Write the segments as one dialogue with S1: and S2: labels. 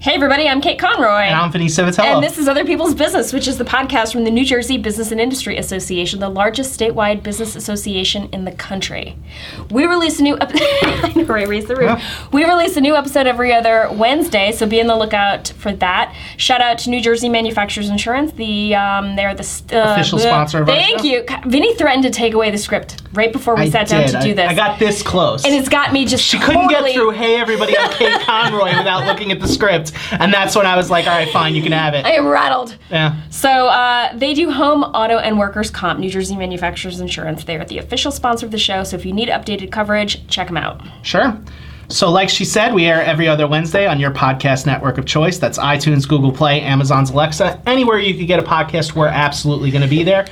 S1: Hey, everybody, I'm Kate Conroy.
S2: And I'm Vinny Civitello.
S1: And this is Other People's Business, which is the podcast from the New Jersey Business and Industry Association, the largest statewide business association in the country. We release a new ep- I know, right, raise the roof.
S2: Yeah.
S1: We release a new episode every other Wednesday, so be on the lookout for that. Shout out to New Jersey Manufacturers Insurance. The um, they're the st- uh,
S2: Official
S1: bleh.
S2: sponsor of our
S1: Thank
S2: show.
S1: you. God, Vinny threatened to take away the script right before we
S2: I
S1: sat down
S2: did.
S1: to
S2: I-
S1: do this.
S2: I got this close.
S1: and it's got me just
S2: she couldn't
S1: totally-
S2: get through "Hey everybody, I'm Kate Conroy" without looking at the script, and that's when I was like, "All right, fine, you can have it."
S1: I am rattled.
S2: yeah.
S1: So uh, they do home, auto, and workers' comp. New Jersey Manufacturers Insurance. They are the official sponsor of the show. So if you need updated coverage, check them out.
S2: Sure. So, like she said, we air every other Wednesday on your podcast network of choice. That's iTunes, Google Play, Amazon's Alexa, anywhere you could get a podcast, we're absolutely going to be there.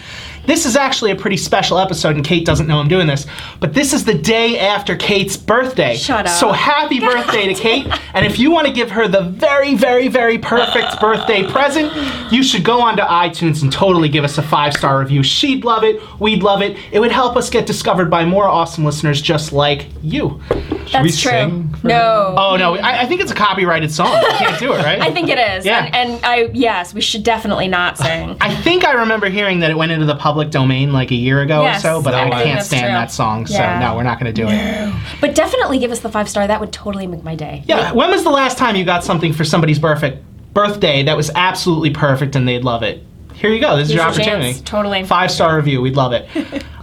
S2: This is actually a pretty special episode, and Kate doesn't know I'm doing this, but this is the day after Kate's birthday.
S1: Shut up.
S2: So, happy birthday to Kate. And if you want to give her the very, very, very perfect birthday present, you should go onto iTunes and totally give us a five star review. She'd love it. We'd love it. It would help us get discovered by more awesome listeners just like you.
S1: That's
S3: we
S1: true.
S3: sing for
S1: no.
S2: Oh no, I, I think it's a copyrighted song. You can't do it, right?
S1: I think it is.
S2: Yeah.
S1: And, and I yes, we should definitely not sing.
S2: I think I remember hearing that it went into the public domain like a year ago
S1: Yes,
S2: or so, but
S1: I
S2: I,
S1: think
S2: can't
S1: that's
S2: stand
S1: true.
S2: that song,
S1: Yeah.
S2: so no, we're not going to do it.
S1: but definitely give us the five star. That would totally make my day.
S2: Yeah, when was the last time you got something for somebody's perfect birthday that was absolutely perfect and they'd love it? Here you go. This is your
S1: Here's your
S2: opportunity.
S1: chance. Totally.
S2: Five star review. We'd love it.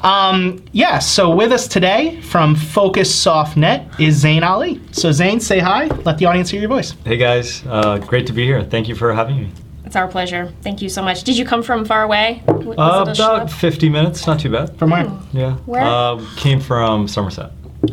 S2: um, yeah. So with us today from Focus SoftNet is Zane Ali. So Zane, say hi. Let the audience hear your voice.
S3: Hey guys, uh, great to be here. Thank you for having me.
S1: It's our pleasure. Thank you so much. Did you come from far away? Was it a
S3: Uh,
S1: schlep?
S3: about 50 minutes, not too bad.
S2: From where?
S3: Yeah.
S1: Where?
S3: Uh, came from Somerset.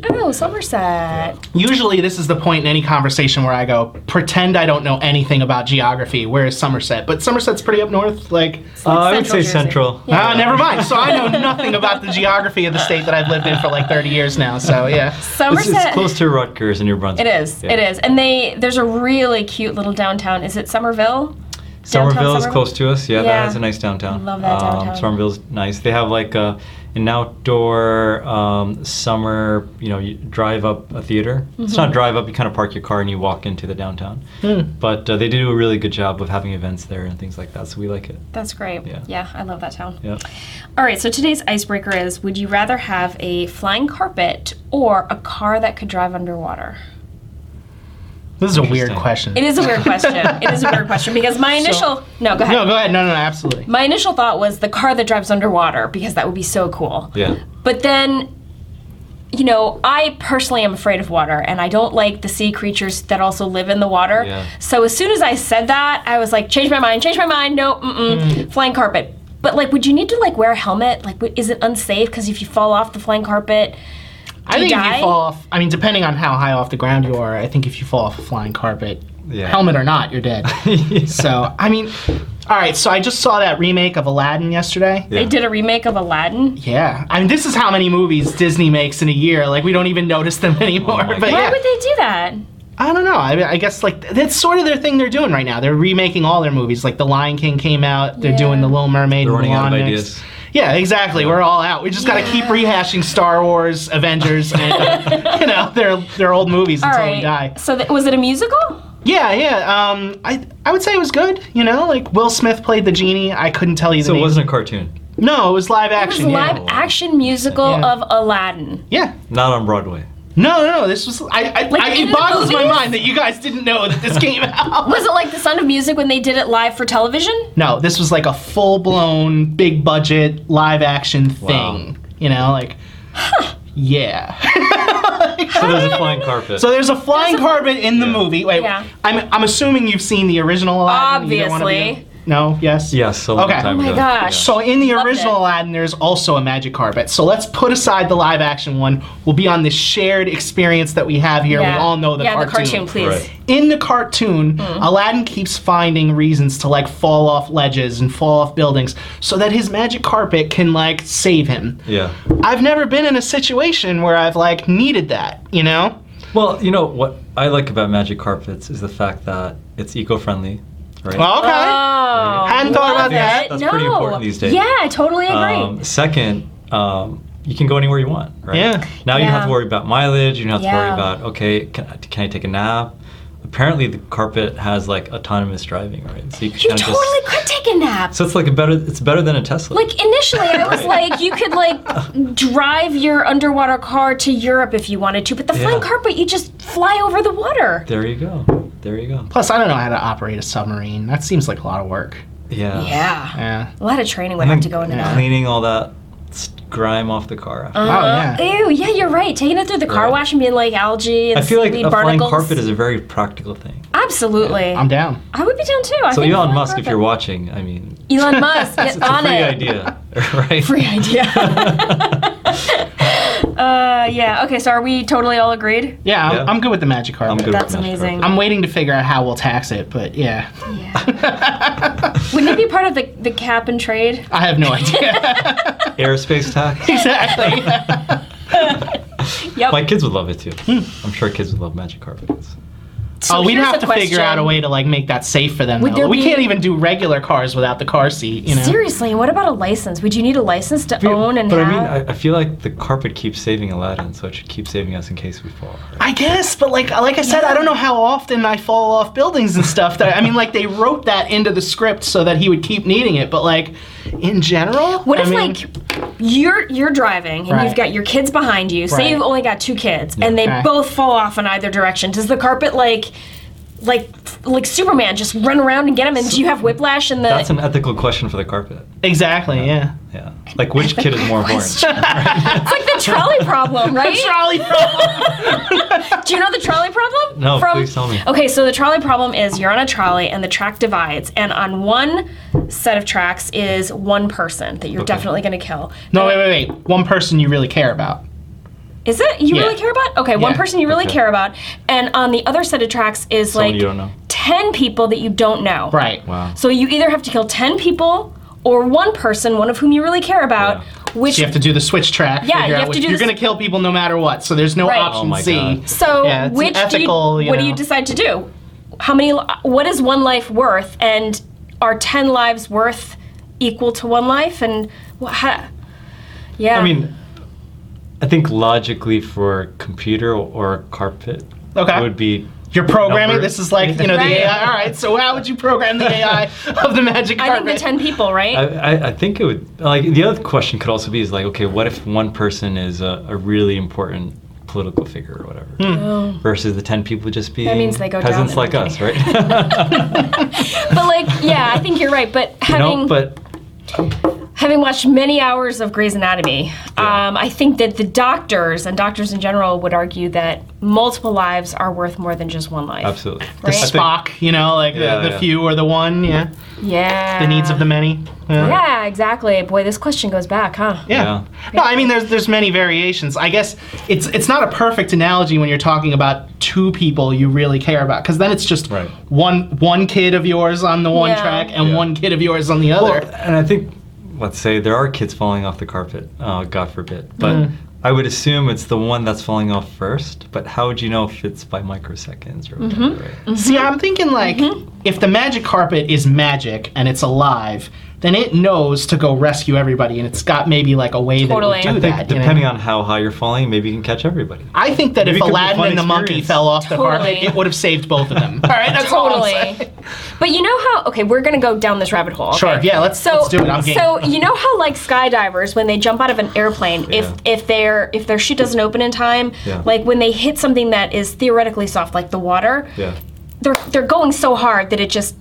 S1: Oh, Somerset.
S2: Usually, this is the point in any conversation where I go, pretend I don't know anything about geography. Where is Somerset? But Somerset's pretty up north. Like,
S3: Uh, I would
S1: Central
S3: say
S1: Jersey.
S3: Central.
S1: Yeah.
S2: ah, never mind. So I know nothing about the geography of the state that I've lived in for like 30 years now. So yeah.
S3: This
S1: Somerset.
S3: is close to Rutgers in New Brunswick.
S1: It is.
S3: Yeah.
S1: It is. And they there's a really cute little downtown. Is it Somerville? Downtown
S3: Somerville is
S1: Somerville?
S3: close to us.
S1: Yeah.
S3: Yeah, that has a nice downtown.
S1: Love that downtown.
S3: Um, Somerville's nice. They have like a, an outdoor um, summer, you know, you drive up a theater. It's
S1: Mm-hmm.
S3: not drive up, you kind of park your car and you walk into the downtown.
S1: Hmm.
S2: Hmm,
S3: But uh, they do a really good job of having events there and things like that, so we like it.
S1: That's great.
S3: Yeah.
S1: I love that town.
S3: Yeah.
S1: All right, so today's icebreaker is would you rather have a flying carpet or a car that could drive underwater?
S2: This is a weird
S3: Interesting.
S2: question.
S1: It is a weird question. it is a weird question because my initial No, go ahead.
S2: No, go ahead. No, no, no, absolutely.
S1: My initial thought was the car that drives underwater because that would be so cool.
S3: Yeah.
S1: But then, you know, I personally am afraid of water and I don't like the sea creatures that also live in the water.
S3: Yeah.
S1: So as soon as I said that, I was like, change my mind, change my mind, no, mm-mm,
S2: Mm.
S1: flying carpet. But like, would you need to like wear a helmet? Like, w- is it unsafe? Because if you fall off the flying carpet,
S2: I
S1: Do you
S2: think if
S1: die?
S2: you fall off, I mean, depending on how high off the ground you are, I think if you fall off a flying carpet,
S3: Yeah.
S2: helmet or not, you're dead. So I mean, all right. So I just saw that remake of Aladdin yesterday.
S1: they did a remake of Aladdin.
S2: Yeah, I mean, this is how many movies Disney makes in a year. Like, we don't even notice them anymore.
S3: Oh my
S2: but
S3: God.
S1: Why
S2: yeah,
S1: would they do that?
S2: I don't know. I, mean, I guess like th- that's sort of their thing they're doing right now. They're remaking all their movies. Like, The Lion King came out. They're
S1: Yeah.
S2: doing The Little Mermaid.
S3: They're
S2: and
S3: running out of
S2: Mulan next.
S3: ideas.
S2: Yeah, exactly. We're all out. We just got to keep rehashing Star Wars, Avengers, and uh, you know their their old movies
S1: All
S2: until
S1: right.
S2: we die.
S1: So th- was it a musical?
S2: Yeah, yeah. Um, I I would say it was good. You know, like Will Smith played the genie. I couldn't tell you the
S3: So it
S2: name.
S3: wasn't a cartoon,
S2: No, it was live
S1: It was
S2: action.
S1: a
S2: yeah.
S1: live action musical
S2: Yeah.
S1: of Aladdin.
S2: yeah.
S3: not on Broadway.
S2: No, no, no. This was I. I,
S1: Like,
S2: I
S1: in
S2: it
S1: the
S2: boggles my
S1: movies?
S2: mind that you guys didn't know that this came out.
S1: Was it like The Sound of Music when they did it live for television?
S2: No, this was like a full blown, big budget live action
S3: Wow.
S2: thing. You know, like. Yeah.
S3: So there's a flying carpet.
S2: So there's a flying
S1: There's a-
S2: carpet in the
S3: Yeah.
S2: movie. Wait,
S1: Yeah.
S2: I'm I'm assuming you've seen the original Aladdin. either one of you?
S1: Obviously.
S2: No. Yes.
S3: yes, a long
S2: Okay.
S3: time
S2: Oh
S1: my
S3: ago.
S1: gosh.
S2: So in the
S1: Loved
S2: original
S1: it.
S2: Aladdin, there's also a magic carpet. So let's put aside the live action one. We'll be on this shared experience that we have here. We all know the
S1: yeah,
S2: cartoon.
S1: the cartoon, please. Hmm.
S3: Right.
S2: in the cartoon, Aladdin keeps finding reasons to like fall off ledges and fall off buildings so that his magic carpet can like save him.
S3: Yeah.
S2: I've never been in a situation where I've like needed that, you know?
S3: Well, you know what I like about magic carpets is the fact that it's eco-friendly, right?
S2: Well, okay.
S1: Oh,
S2: Hadn't thought
S1: love
S2: about that.
S1: it.
S3: That's
S1: no.
S3: pretty important these days.
S1: Yeah, I totally agree.
S3: um, second, um, you can go anywhere you want, right?
S2: Yeah.
S3: Now you don't have
S1: Yeah.
S3: to worry about mileage. You don't have to
S1: Yeah.
S3: worry about okay, can I, can I take a nap? apparently the carpet has like autonomous driving, right? So you can
S1: You
S3: kinda
S1: totally could take a nap.
S3: so it's like a better. It's better than a Tesla.
S1: like initially, I was like, you could like drive your underwater car to Europe if you wanted to, but the
S3: Yeah.
S1: flying carpet, you just fly over the water.
S3: there you go. There you go.
S2: Plus, I don't know how to operate a submarine. That seems like a lot of work.
S3: Yeah.
S1: Yeah,
S2: Yeah.
S1: a lot of training would have to go into that.
S3: Cleaning all that s- grime off the car.
S1: Um,
S3: After.
S1: Uh-huh.
S2: Oh yeah.
S1: Ew, yeah, you're right. Taking it through the car
S3: Yeah.
S1: wash and being like algae and
S3: I feel like
S1: seaweed
S3: a flying
S1: barnacles.
S3: carpet is a very practical thing.
S1: Absolutely.
S2: I'm down.
S1: I would be down too. I
S3: So
S1: think
S3: Elon
S1: flying
S3: Musk, if
S1: carpet.
S3: you're watching, I mean,
S1: Elon Musk, get
S3: it's a
S1: on
S3: free
S1: it.
S3: idea, right?
S1: Free idea. uh, yeah. Okay. So are we totally all agreed?
S2: Yeah, I'm,
S3: Yeah.
S2: I'm good with the magic carpet.
S3: I'm good. with
S1: That's
S3: Master
S1: amazing.
S3: Carpet.
S2: I'm waiting to figure out how we'll tax it, but yeah,
S1: Yeah. Wouldn't it be part of the, the cap and trade?
S2: I have no idea.
S3: Aerospace tax.
S2: exactly.
S1: Yep. Hmm.
S3: My kids would love it too. I'm sure kids would love magic carpets.
S1: So
S2: Oh, we'd
S1: here's
S2: have
S1: a
S2: to figure out a
S1: question.
S2: way to like make that safe for them.
S1: Would
S2: Though.
S1: there
S2: We
S1: be-
S2: can't even do regular cars without the car seat. You know.
S1: Seriously, what about a license? Would you need a license to own and
S3: but
S1: have?
S3: I mean, I, I feel like the carpet keeps saving Aladdin, so it should keep saving us in case we fall. right?
S2: I guess, but like like I said, I don't know how often I fall off buildings and stuff. That I mean, like they wrote that into the script so that he would keep needing it. But like in general,
S1: What
S2: I
S1: if
S2: mean,
S1: like you're you're driving and
S2: Right.
S1: you've got your kids behind you? Say
S2: Right.
S1: you've only got two kids and they
S2: Okay.
S1: both fall off in either direction. Does the carpet like like like Superman just run around and get them? And do you have whiplash in the?
S3: That's an ethical question for the carpet.
S2: exactly? Yeah.
S3: Yeah. Like which kid is more
S1: Question.
S3: important?
S1: it's like the trolley problem, right?
S2: Trolley problem.
S1: Do you know the trolley problem?
S3: No, please tell me.
S1: Okay, so the trolley problem is you're on a trolley and the track divides, and on one set of tracks is one person that you're
S3: Okay.
S1: definitely going to kill.
S2: no, wait, wait, wait. One person you really care about.
S1: Is it you
S2: Yeah.
S1: really care about? Okay, one
S2: Yeah.
S1: person you really
S3: Okay.
S1: care about, and on the other set of tracks is
S3: Someone
S1: like
S3: you don't know.
S1: ten people that you don't know.
S2: Right.
S3: Wow.
S1: So you either have to kill ten people or one person, one of whom you really care about. Which
S2: So you have to do the switch track.
S1: Yeah,
S2: figure
S1: you
S2: out
S1: have to
S2: which-
S1: do
S2: You're
S1: this-
S2: going to kill people no matter what, so there's no
S1: Right.
S2: option
S3: Oh my
S2: C.
S3: God.
S1: so
S2: Yeah, it's an
S1: which
S2: ethical,
S1: do you,
S2: you
S1: what do
S2: know.
S1: you decide to do? How many? li- What is one life worth? And are ten lives worth equal to one life? And what? How, yeah.
S3: I mean, I think logically for computer or carpet
S2: Okay.
S3: would be
S2: You're programming.
S3: Number.
S2: This is like you know
S1: Right.
S2: the AI. All right, so how would you program the AI of the magic
S1: I think
S2: carpet?
S1: the ten people, right?
S3: I, I, I think it would like the other question could also be is like okay what if one person is a, a really important political figure or whatever versus the 10 people just being
S1: Oh. means they go down
S3: peasants
S1: in
S3: like
S1: the-
S3: us right
S1: but like, yeah, I think you're right. But having
S3: no but
S1: having watched many hours of Grey's Anatomy,
S3: Yeah.
S1: um, I think that the doctors and doctors in general would argue that multiple lives are worth more than just one life.
S3: absolutely
S1: Right?
S3: I think-
S2: Spock, you know, like
S3: Yeah,
S2: the, the
S3: yeah.
S2: few or the one, yeah.
S1: Yeah.
S2: The needs of the many. Yeah.
S1: Yeah, exactly. Boy, this question goes back, huh?
S2: Yeah. No, I mean there's there's many variations. I guess it's it's not a perfect analogy when you're talking about two people you really care about cuz then it's just
S3: Right.
S2: one one kid of yours on the one
S1: Yeah.
S2: track and
S3: Yeah.
S2: one kid of yours on the other.
S3: Well, and I think, let's say there are kids falling off the carpet, uh, God forbid. But I would assume it's the one that's falling off first. But how would you know if it's by microseconds or whatever? Right?
S2: See, I'm thinking like
S1: Mm-hmm.
S2: if the magic carpet is magic and it's alive, then it knows to go rescue everybody and it's got maybe like a way
S1: Totally.
S2: that
S1: I
S2: would do
S3: I think
S2: that. you know?
S3: depending on how high you're falling, maybe you can catch everybody.
S2: I think that
S3: Maybe
S2: if
S3: it could be a
S2: Aladdin
S3: fun
S2: and the monkey
S3: experience.
S2: fell off the carpet,
S1: Totally.
S2: it would have saved both of them. All right, that's all I'm saying.
S1: Totally. But you know how? Okay, we're gonna go down this rabbit hole. okay?
S2: Sure, yeah, let's-
S1: so,
S2: let's do it, I'm game.
S1: so you know how like skydivers when they jump out of an airplane,
S3: Yeah.
S1: if if their if their chute doesn't open in time,
S3: Yeah.
S1: like when they hit something that is theoretically soft, like the water,
S3: Yeah.
S1: they're they're going so hard that it just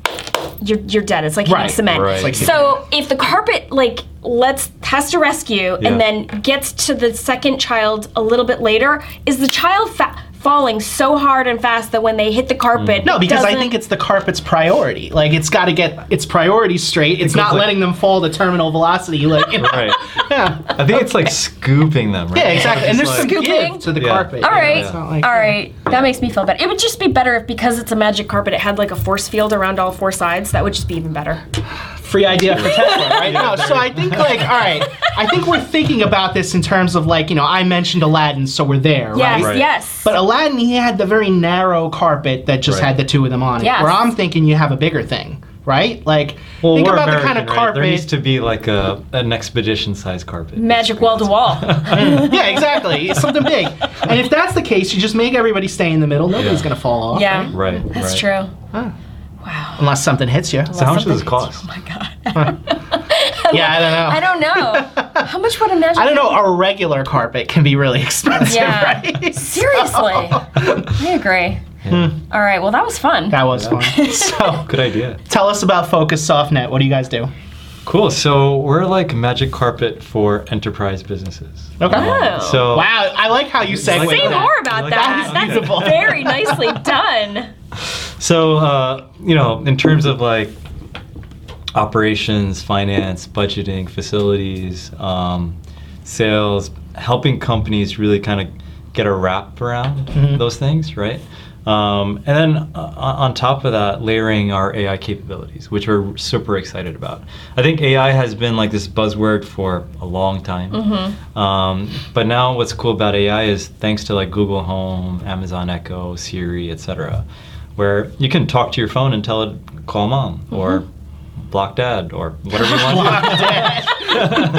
S1: you're you're dead. It's like
S2: Right,
S1: hitting cement.
S3: right. It's
S2: like-
S1: so if the carpet like lets has to rescue
S3: Yeah.
S1: and then gets to the second child a little bit later, is the child fa- falling so hard and fast that when they hit the carpet,
S2: No, because I
S1: doesn't-
S2: think it's the carpet's priority. Like it's got to get its priorities straight. It's
S3: goes
S2: not
S3: like-
S2: letting them fall to terminal velocity. Like you know?
S3: Right.
S2: yeah,
S3: I think it's like scooping them, right?
S2: yeah, exactly. And there's
S3: It's
S2: some
S3: like-
S2: give to the
S3: Yeah.
S2: carpet.
S1: All
S2: you know,
S1: right.
S2: it's not like-
S1: all right. That makes me feel better. It would just be better if because it's a magic carpet, it had like a force field around all four sides. That would just be even better.
S2: free idea for Tesla, right? No, so I think like, all right, I think we're thinking about this in terms of like, you know, I mentioned Aladdin, so we're there,
S1: Yes.
S2: right?
S3: Right.
S1: Yes.
S2: But Aladdin, he had the very narrow carpet that just
S3: Right.
S2: had the two of them on it.
S1: Yes.
S2: Where I'm thinking you have a bigger thing, right? Like,
S3: Well,
S2: think
S3: we're
S2: about the
S3: American,
S2: kind of
S3: right?
S2: carpet.
S3: There needs to be like a an expedition-sized carpet.
S1: Magic wall to wall.
S2: yeah, exactly. It's something big. And if that's the case, you just make everybody stay in the middle. Nobody's
S3: Yeah.
S2: gonna fall off.
S1: Yeah.
S3: Right.
S1: That's
S3: right.
S1: true.
S2: Huh.
S1: Wow.
S2: Unless something hits you.
S3: So how much
S1: Something-
S3: does it cost?
S1: Oh my god.
S2: yeah, I don't know.
S1: I don't know. How much would a magic
S2: I don't know. A regular carpet can be really expensive,
S1: Yeah.
S2: right?
S1: Seriously. I agree.
S3: Yeah.
S1: All right. Well, that was fun.
S2: That was fun. So,
S3: Good idea.
S2: tell us about Focus SoftNet. What do you guys do?
S3: Cool. So we're like magic carpet for enterprise businesses.
S2: Okay.
S1: Oh.
S3: So
S2: Wow, I like how you segue.
S3: Like
S1: Say
S3: that.
S1: more about
S3: Like
S1: that.
S3: that.
S1: That's
S2: Unbelievable.
S1: very nicely done.
S3: So, uh, you know, in terms of like operations, finance, budgeting, facilities, um, sales, helping companies really kind of get a wrap around those things, right? Um, and then uh, on top of that, layering our AI capabilities, which we're super excited about. I think AI has been like this buzzword for a long time.
S1: Mm-hmm.
S3: Um, but now, what's cool about AI is thanks to like Google Home, Amazon Echo, Siri, etc., where you can talk to your phone and tell it call mom or
S1: Mm-hmm.
S3: block dad or whatever you want. to do.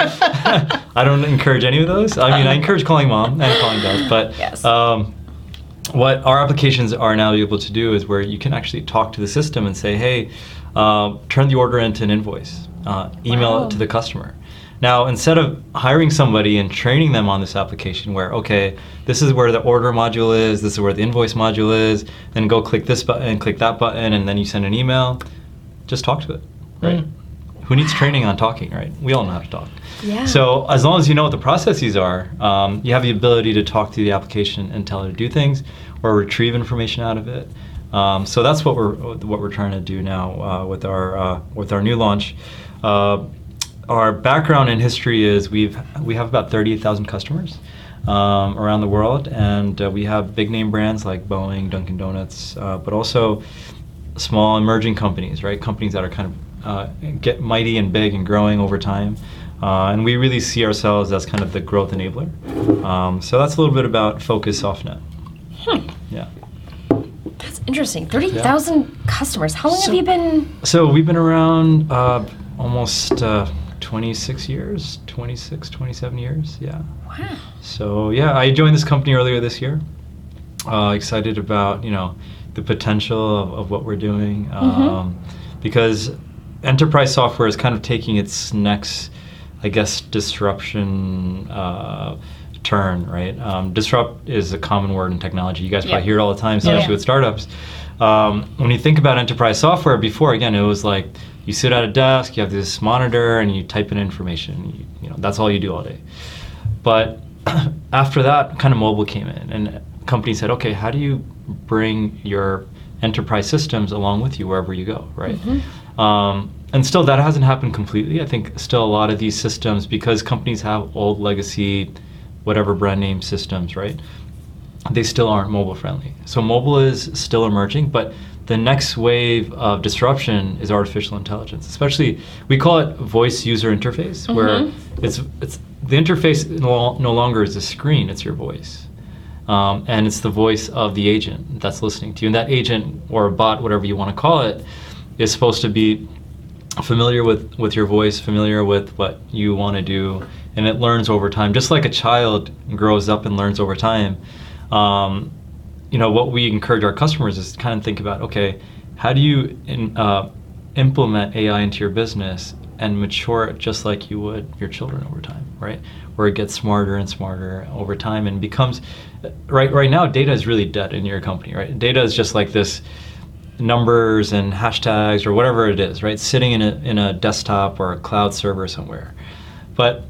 S3: I don't encourage any of those. I mean, I encourage calling mom and calling dad, but
S1: Yes.
S3: um, what our applications are now able to do is where you can actually talk to the system and say, hey, uh, turn the order into an invoice, uh, email
S1: Wow.
S3: it to the customer. Now, instead of hiring somebody and training them on this application, where, okay, this is where the order module is, this is where the invoice module is, then go click this button and click that button, and then you send an email, just talk to it, right? Who needs training on talking, right? We all know how to talk.
S1: Yeah.
S3: So as long as you know what the processes are, um, you have the ability to talk to the application and tell it to do things or retrieve information out of it. Um, so that's what we're what we're trying to do now uh, with our uh, with our new launch. Uh, our background and history is we've we have about thirty eight thousand customers um, around the world, and uh, we have big name brands like Boeing, Dunkin' Donuts, uh, but also small emerging companies, right? Companies that are kind of uh, get mighty and big and growing over time. Uh, and we really see ourselves as kind of the growth enabler. Um, so that's a little bit about Focus SoftNet. Yeah.
S1: That's interesting. 30,000 customers. How long have you been?
S3: So we've been around uh, almost uh, 26 years, 26, 27 years. Yeah.
S1: Wow.
S3: So yeah, I joined this company earlier this year. Uh, excited about you know the potential of, of what we're doing
S1: Mm-hmm.
S3: um, because enterprise software is kind of taking its next, I guess, disruption uh, turn. Right, um, disrupt is a common word in technology. You guys
S1: Yeah.
S3: probably hear it all the time, especially
S1: Yeah.
S3: with startups. Um, when you think about enterprise software, before again, it was like you sit at a desk, you have this monitor, and you type in information. You, you know that's all you do all day. But after that, kind of mobile came in, and companies said, okay, how do you bring your enterprise systems along with you wherever you go, right?
S1: Mm-hmm.
S3: Um, and still, that hasn't happened completely. I think still a lot of these systems, because companies have old legacy, whatever brand name systems, right? they still aren't mobile friendly. So mobile is still emerging, but the next wave of disruption is artificial intelligence. Especially, we call it voice user interface, where it's it's the interface no, no longer is a screen; it's your voice, um, and it's the voice of the agent that's listening to you. And that agent or a bot, whatever you want to call it, is supposed to be familiar with with your voice familiar with what you want to do and it learns over time just like a child grows up and learns over time um, you know what we encourage our customers is to kind of think about okay how do you in, uh, implement ai into your business and mature it just like you would your children over time right where it gets smarter and smarter over time and becomes right right now data is really dead in your company right data is just like this numbers and hashtags or whatever it is, right? Sitting in a, in a desktop or a cloud server somewhere. But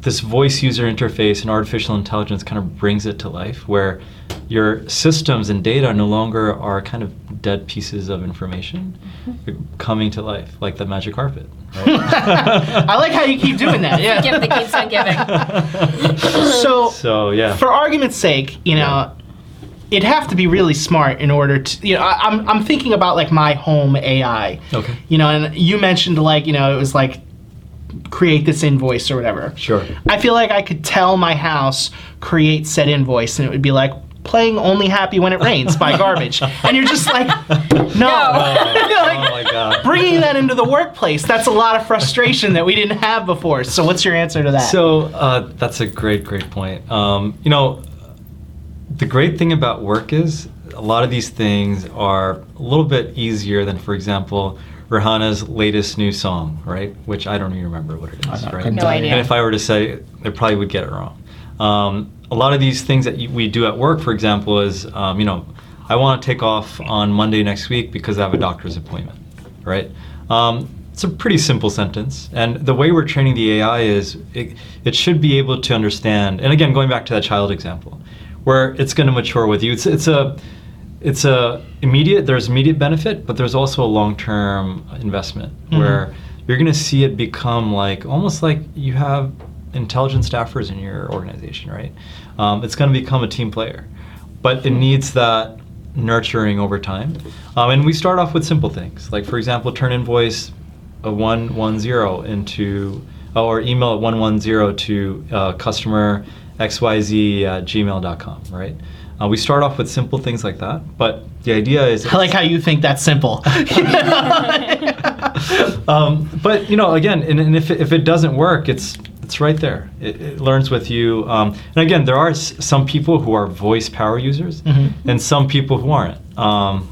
S3: this voice user interface and artificial intelligence kind of brings it to life where your systems and data no longer are kind of dead pieces of information They're
S1: Mm-hmm.
S3: coming to life like the magic carpet.
S2: I like how you keep doing that. Yeah.
S1: Give the keeps on giving.
S2: So,
S3: So, yeah.
S2: for argument's sake, you know, it'd have to be really smart in order to, you know, I, I'm, I'm thinking about like my home AI.
S3: Okay.
S2: You know, and you mentioned like, you know, it was like create this invoice or whatever.
S3: Sure.
S2: I feel like I could tell my house create said invoice and it would be like playing only happy when it rains by garbage and you're just like no,
S1: No.
S2: You're like,
S3: oh, my god.
S2: Bringing that into the workplace, that's a lot of frustration that we didn't have before. So, what's your answer to that?
S3: So uh, that's a great, great point. Um, you know, the great thing about work is a lot of these things are a little bit easier than, for example, Rihanna's latest new song, right? Which I don't even remember what it is,
S2: not
S3: right?
S2: gonna
S1: No idea.
S3: And if I were to say, they probably would get it wrong. Um, a lot of these things that you, we do at work, for example, is um, you know, I want to take off on Monday next week because I have a doctor's appointment, right? Um, it's a pretty simple sentence, and the way we're training the AI is it, it should be able to understand. And again, going back to that child example, where it's going to mature with you. It's it's a it's a immediate there's immediate benefit but there's also a long-term investment where you're going to see it become like almost like you have intelligent staffers in your organization right um, it's going to become a team player but it needs that nurturing over time um, and we start off with simple things like for example turn invoice a 110 into uh, or email at 110 to uh, customer xyz at gmail.com right uh, we start off with simple things like that but the idea is
S2: I like how you think that's simple.
S3: um, but you know again and, and if, it- if it doesn't work it's it's right there it, it learns with you um, and again there are s- some people who are voice power users
S2: Mm-hmm.
S3: and some people who aren't um,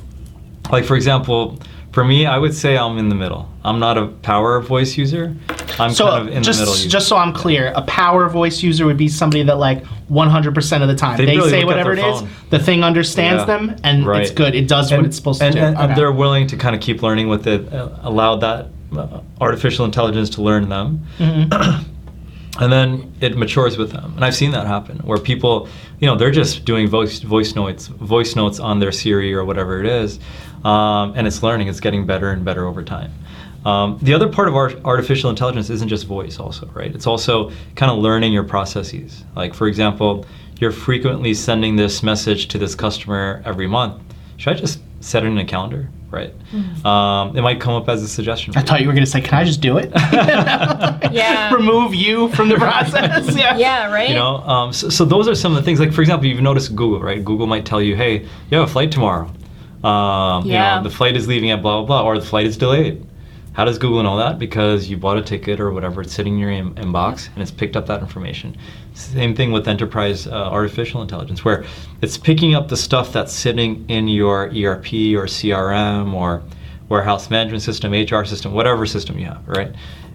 S3: like for example for me i would say i'm in the middle i'm not a power voice user i'm
S2: So
S3: kind of in
S2: just
S3: the middle user.
S2: just so I'm clear, a power voice user would be somebody that like 100% of the time they,
S3: They really
S2: say
S3: look at
S2: whatever
S3: their
S2: it is,
S3: phone.
S2: the thing understands
S3: Yeah.
S2: them, and it's
S3: Right.
S2: good. It does what it's supposed
S3: and,
S2: to do.
S3: and- and
S2: Okay.
S3: they're willing to kind of keep learning with it, uh, allow that uh, artificial intelligence to learn them. and then it matures with them. And I've seen that happen where people, you know, they're just doing voice voice notes voice notes on their Siri or whatever it is, um, and it's learning. It's getting better and better over time. Um, the other part of our artificial intelligence isn't just voice, also, right? It's also kind of learning your processes. Like, for example, you're frequently sending this message to this customer every month. Should I just set it in a calendar, right? Um, it might come up as a
S2: I
S3: suggestion. for you.
S2: thought you were going to say, "Can I just do it?"
S1: Yeah.
S2: Remove you from the process. yeah.
S1: Yeah, right?
S3: You know, um, so, so those are some of the things. Like for example, you've noticed Google, right? Google might tell you, "Hey, you have a flight tomorrow. Um,
S1: Yeah.
S3: You know, the flight is leaving at blah blah blah, or the flight is delayed." How does Google know that? Because you bought a ticket or whatever. It's sitting in your in- inbox, and it's picked up that information. Same thing with enterprise uh, artificial intelligence, where it's picking up the stuff that's sitting in your ERP or CRM or warehouse management system, HR system, whatever system you have, right?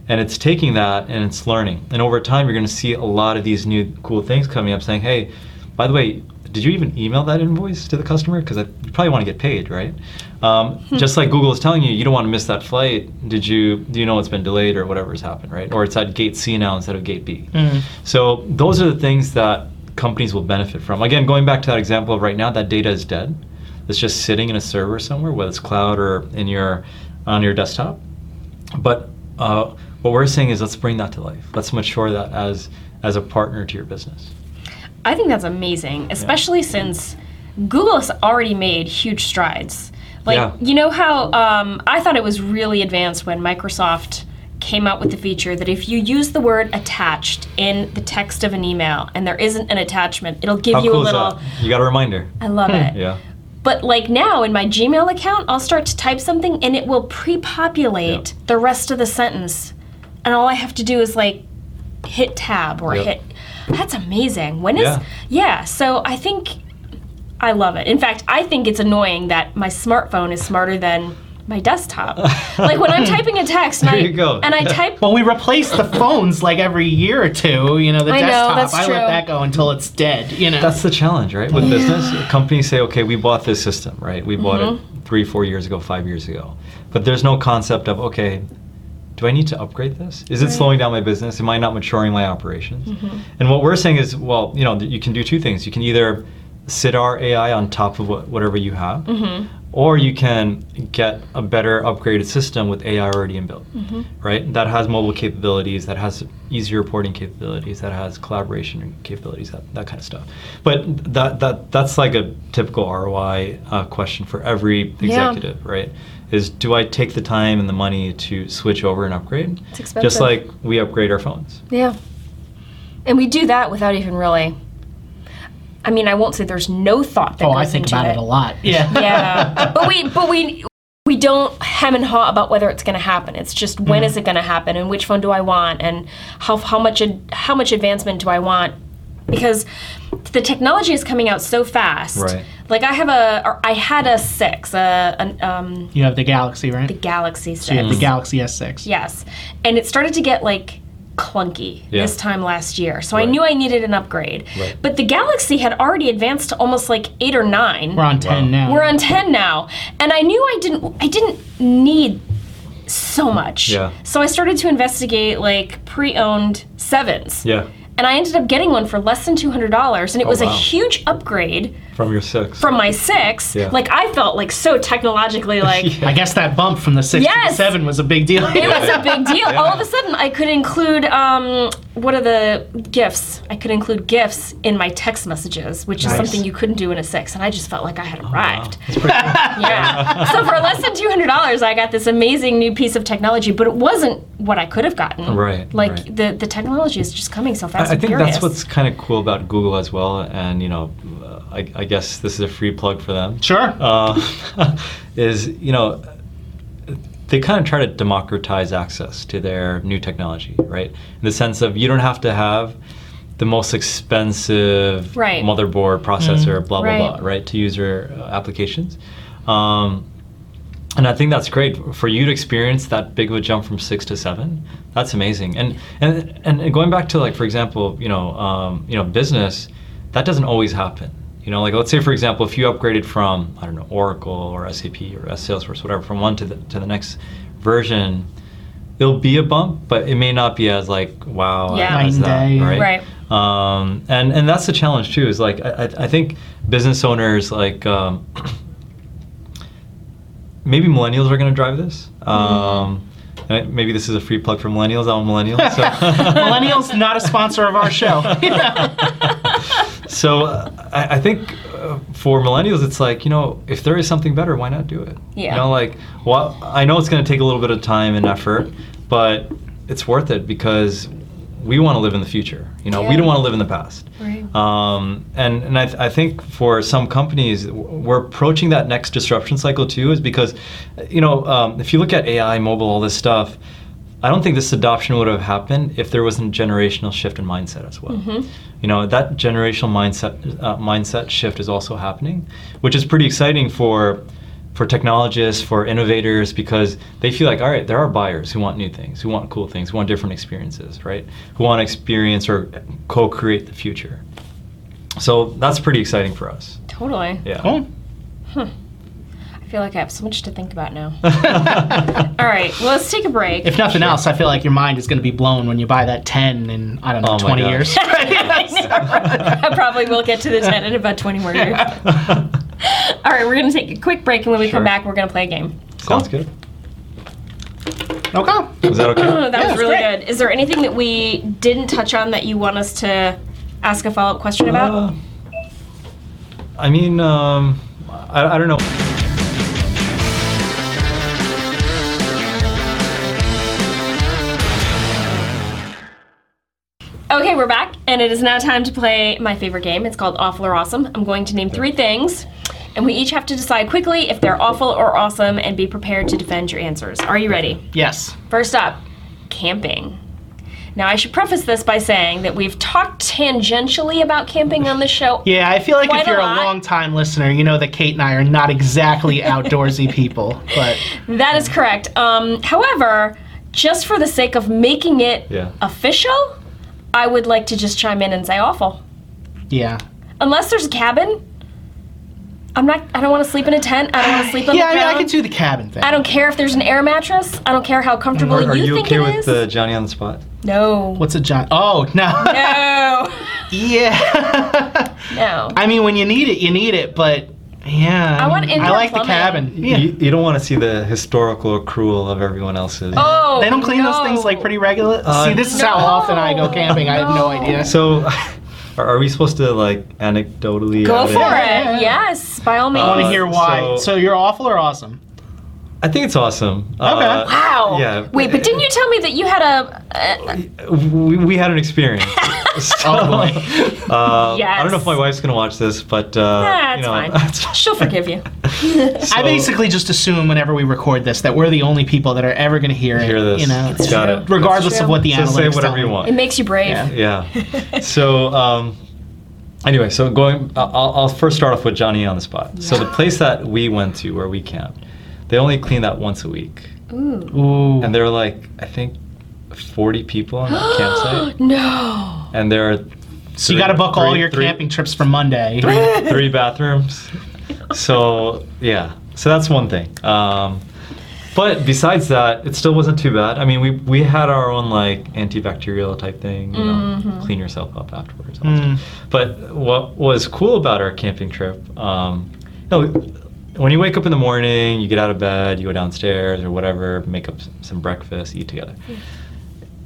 S3: And it's taking that and it's learning. And over time, you're going to see a lot of these new cool things coming up saying, hey, by the way, did you even email that invoice to the customer? Because you probably want to get paid, right? Um, just like Google is telling you, you don't want to miss that flight. Did you, do you know it's been delayed or whatever's happened, right? Or it's at gate C now instead of gate B.
S2: Mm-hmm. Hmm.
S3: So those are the things that companies will benefit from. Again, going back to that example of right now, that data is dead. It's just sitting in a server somewhere, whether it's cloud or in your on your desktop. But uh, what we're saying is let's bring that to life. Let's mature that as as a partner to your business.
S1: I think that's amazing, especially since Google has already made huge strides. Like,
S3: Yeah.
S1: you know how um, I thought it was really advanced when Microsoft came out with the feature that if you use the word attached in the text of an email and there isn't an attachment, it'll give
S3: How
S1: you a
S3: cool
S1: little.
S3: is that? Hmm. You got a reminder.
S1: I love it.
S3: Yeah.
S1: But like now in my Gmail account, I'll start to type something and it will pre-populate the rest of the sentence. And all I have to do is like hit tab or
S3: Yep.
S1: hit That's amazing. When is
S3: Yeah.
S1: yeah. so I think I love it. In fact, I think it's annoying that my smartphone is smarter than my desktop. like when I'm typing a text and,
S3: There
S1: I,
S3: you go.
S1: and I type
S2: Well, we replace the phones like every year or two. You know, the
S1: I know,
S2: desktop.
S1: that's
S2: I let
S1: true.
S2: that go until it's dead. You know.
S3: That's the challenge, right? With business, companies say, okay, we bought this system, right? We bought it three, four years ago, five years ago. But there's no concept of, okay, do I need to upgrade this? Is it slowing down my business? Am I not maturing my operations? And what we're saying is, well, you know, th- you can do two things. You can either sit our AI on top of what, whatever you have,
S1: Mm-hmm.
S3: or you can get a better upgraded system with AI already inbuilt,
S1: Mm-hmm.
S3: right? That has mobile capabilities, that has easier reporting capabilities, that has collaboration capabilities, that, that kind of stuff. But that, that that's like a typical ROI uh, question for every executive, right? Is do I take the time and the money to switch over and upgrade?
S1: It's expensive.
S3: Just like we upgrade our phones.
S1: Yeah. And we do that without even really I mean, I won't say there's no thought that
S2: oh,
S1: goes
S2: I think
S1: into
S2: about it. a lot. Yeah.
S1: yeah but we but we we don't hem and haw about whether it's going to happen. It's just when
S3: Mm.
S1: is it going to happen, and which phone do I want, and how how much ad- how much advancement do I want? Because the technology is coming out so fast.
S3: Right.
S1: Like I have a, or I had a six, a an, um,
S2: You have the Galaxy, right?
S1: Galaxy six.
S2: you
S3: Hmm.
S2: have the Galaxy S6.
S1: Yes. And it started to get like clunky
S3: Yeah.
S1: this time last year. So I
S3: Right.
S1: knew I needed an upgrade.
S3: Right.
S1: But the Galaxy had already advanced to almost like 8 or 9.
S2: We're on 10
S3: Wow.
S2: now.
S1: We're on 10 now. And I knew I didn't I didn't need so much.
S3: Yeah.
S1: So I started to investigate like pre-owned 7s.
S3: Yeah. Oh,
S1: And I ended up getting one for less than $200 and it was a
S3: wow.
S1: huge upgrade
S3: From your six.
S1: from my 6.
S3: Yeah.
S1: Like I felt like so technologically like
S2: I guess that bump from the 6 to the
S1: Yes!
S2: 7 was a big deal.
S1: It was a big deal. All of a sudden, I could include um, what are the gifts? I could include gifts in my text messages, which
S2: Nice.
S1: is something you couldn't do in a six. And I just felt like I had
S3: Oh,
S1: arrived. yeah. so for less than two hundred dollars, I got this amazing new piece of technology, but it wasn't what I could have gotten.
S3: Right,
S1: Like
S3: right.
S1: the the technology is just coming so fast.
S3: I
S1: and
S3: think
S1: furious.
S3: that's what's kind of cool about Google as well, and you know, uh, I, I guess this is a free plug for them.
S2: Sure.
S3: Uh, is you know, they kind of try to democratize access to their new technology, right? In the sense of you don't have to have the most expensive
S1: Right.
S3: motherboard, processor, blah blah
S1: Right.
S3: blah, right? To use your uh, applications. Um, and I think that's great for you to experience that big of a jump from six to seven. That's amazing. And and and going back to like for example, you know, um, you know, business, that doesn't always happen. You know, like let's say for example, if you upgraded from I don't know Oracle or SAP or Salesforce, whatever, from one to the to the next version, it'll be a bump, but it may not be as like wow
S1: Yeah.
S2: Night
S3: as
S2: and
S3: that,
S2: day.
S3: right?
S1: Right.
S3: Um, and and that's the challenge too. Is like I, I- I think business owners like. Um, maybe millennials are going to drive this.
S1: Mm-hmm.
S3: Um, uh, Maybe this is a free plug for millennials. I'm a millennial. So,
S2: Millennials, not a sponsor of our show.
S3: so uh, I, I think uh, for millennials, it's like, you know, if there is something better, why not do it?
S1: Yeah.
S3: You know, like, well, I know it's going to take a little bit of time and effort, but it's worth it because we want to live in the future. You know, we
S1: Yeah.
S3: don't want to live in the past.
S1: Right.
S3: Um, and and I, th- I think for some companies, w- we're approaching that next disruption cycle too, is because, you know, um, if you look at AI, mobile, all this stuff, I don't think this adoption would have happened if there wasn't a generational shift in mindset as well.
S1: Mm-hmm.
S3: You know, that generational mindset uh, mindset shift is also happening, which is pretty exciting for for technologists, for innovators, because they feel like, all right, there are buyers who want new things, who want cool things, who want different experiences, right? Who want to experience or co-create the future. So that's pretty exciting for us.
S1: totally.
S3: Yeah.
S2: Cool.
S1: I feel like I have so much to think about now. All right. Well, let's take a break.
S2: If nothing else, I feel like your mind is going to be blown when you buy that 10 in, I don't know,
S3: Oh
S2: 20
S3: my gosh.
S2: years.
S1: I know. I probably will get to the 10 in about 20 more years. All right, we're going to take a quick break, and when we come
S3: Sure.
S1: back, we're going to play a game.
S3: Sounds good.
S2: Okay.
S3: Is that okay?
S1: Oh, that was
S2: that's
S1: really
S2: great.
S1: good. Is there anything that we didn't touch on that you want us to ask a follow up question about?
S3: Uh, I mean, um, I, I don't know.
S1: okay, we're back, and it is now time to play my favorite game. It's called Awful or Awesome. I'm going to name three things, and we each have to decide quickly if they're awful or awesome and be prepared to defend your answers. Are you ready?
S2: Yes.
S1: First up, camping. Now, I should preface this by saying that we've talked tangentially about camping on the show.
S2: Yeah, I feel like
S1: Quite
S2: if
S1: a
S2: you're a,
S1: lot.
S2: long time listener, you know that Kate and I are not exactly outdoorsy people. But
S1: That is correct. Um, however, just for the sake of making it
S3: Yeah.
S1: official, I would like to just chime in and say awful.
S2: yeah.
S1: Unless there's a cabin, I'm not. I don't want to sleep in a tent. I don't want to sleep on
S2: Yeah,
S1: the
S2: I mean,
S1: ground.
S2: I could do the cabin thing.
S1: I don't care if there's an air mattress. I don't care how comfortable
S3: Are, are
S1: you,
S3: you
S1: think
S3: okay
S1: it
S3: with
S1: is.
S3: the Johnny on the spot?
S1: No.
S2: What's a John? Oh, no.
S1: No.
S2: yeah.
S1: No.
S2: I mean, when you need it, you need it, but yeah.
S1: I want
S2: mean, I
S1: indoor
S2: like
S1: plumbing.
S2: the cabin. Yeah.
S3: You, you don't want to see the historical accrual of everyone else's.
S1: Oh.
S2: they don't clean those things like
S1: no.
S2: pretty regular.
S3: Uh,
S2: See, this is how
S1: No.
S2: often I go camping. I have no
S1: No.
S2: idea.
S3: So, are, are we supposed to like anecdotally?
S1: Go
S3: add
S1: for
S3: in-
S1: it.
S2: Yeah.
S1: Yes, by all means.
S2: I want to
S3: Uh,
S2: hear why. So,
S3: so-
S2: you're awful or awesome?
S3: I think it's awesome. Uh, Okay.
S1: wow.
S3: Yeah.
S1: Wait, but didn't you tell me that you had a? Uh,
S3: We, we had an experience. So,
S2: Oh, boy.
S3: Uh, I don't
S1: Yes.
S3: know if my wife's gonna watch this, but uh,
S1: Nah,
S3: you
S1: it's
S3: know,
S1: fine. She'll forgive you.
S2: I basically just assume whenever we record this that we're the only people that are ever going to hear it.
S3: hear this.
S2: You know,
S3: It's got it.
S2: regardless of what the
S3: So
S2: analytics
S3: say
S2: tell
S3: whatever you
S2: me.
S1: It
S3: want.
S1: makes you brave.
S2: Yeah.
S3: Yeah. so um, anyway, so going, I- I'll, I'll first start off with Johnny on the spot. So the place that we went to where we camped, they only clean that once a week,
S1: Ooh.
S2: Ooh.
S3: and there were like I think forty people on the campsite,
S1: No.
S3: and there are.
S2: so you got to book all your camping trips for Monday.
S3: three bathrooms. So yeah, so that's one thing. Um, but besides that, it still wasn't too bad. I mean, we we had our own like antibacterial type thing, you know, clean yourself up afterwards. all that
S2: Mm.
S3: stuff. But what was cool about our camping trip, um, you know, when you wake up in the morning, you get out of bed, you go downstairs or whatever, make up s- some breakfast, eat together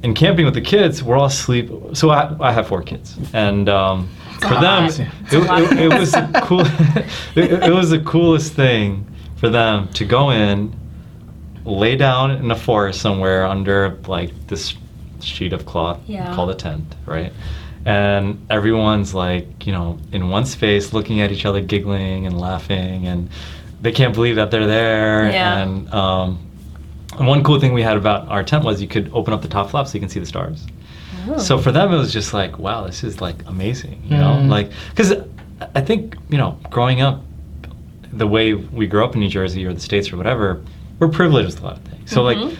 S3: in camping with the kids, we're all asleep. So I, I have four kids, and um, for
S1: a
S3: them,
S1: lot.
S3: it,
S2: It's
S1: lot.
S3: it, it was the cool. it, it was the coolest thing for them to go in, lay down in a forest somewhere under like this sheet of cloth
S1: Yeah.
S3: called a tent, right? And everyone's like, you know, in one space, looking at each other, giggling and laughing, and they can't believe that they're there.
S1: Yeah.
S3: And um, and one cool thing we had about our tent was you could open up the top flap so you can see the stars.
S1: Oh.
S3: So for them, it was just like, wow, this is like amazing, you know?
S2: Mm.
S3: Like, because I think, you know, growing up, the way we grew up in New Jersey or the States or whatever, we're privileged with a lot of things. So,
S1: Mhm.
S3: like,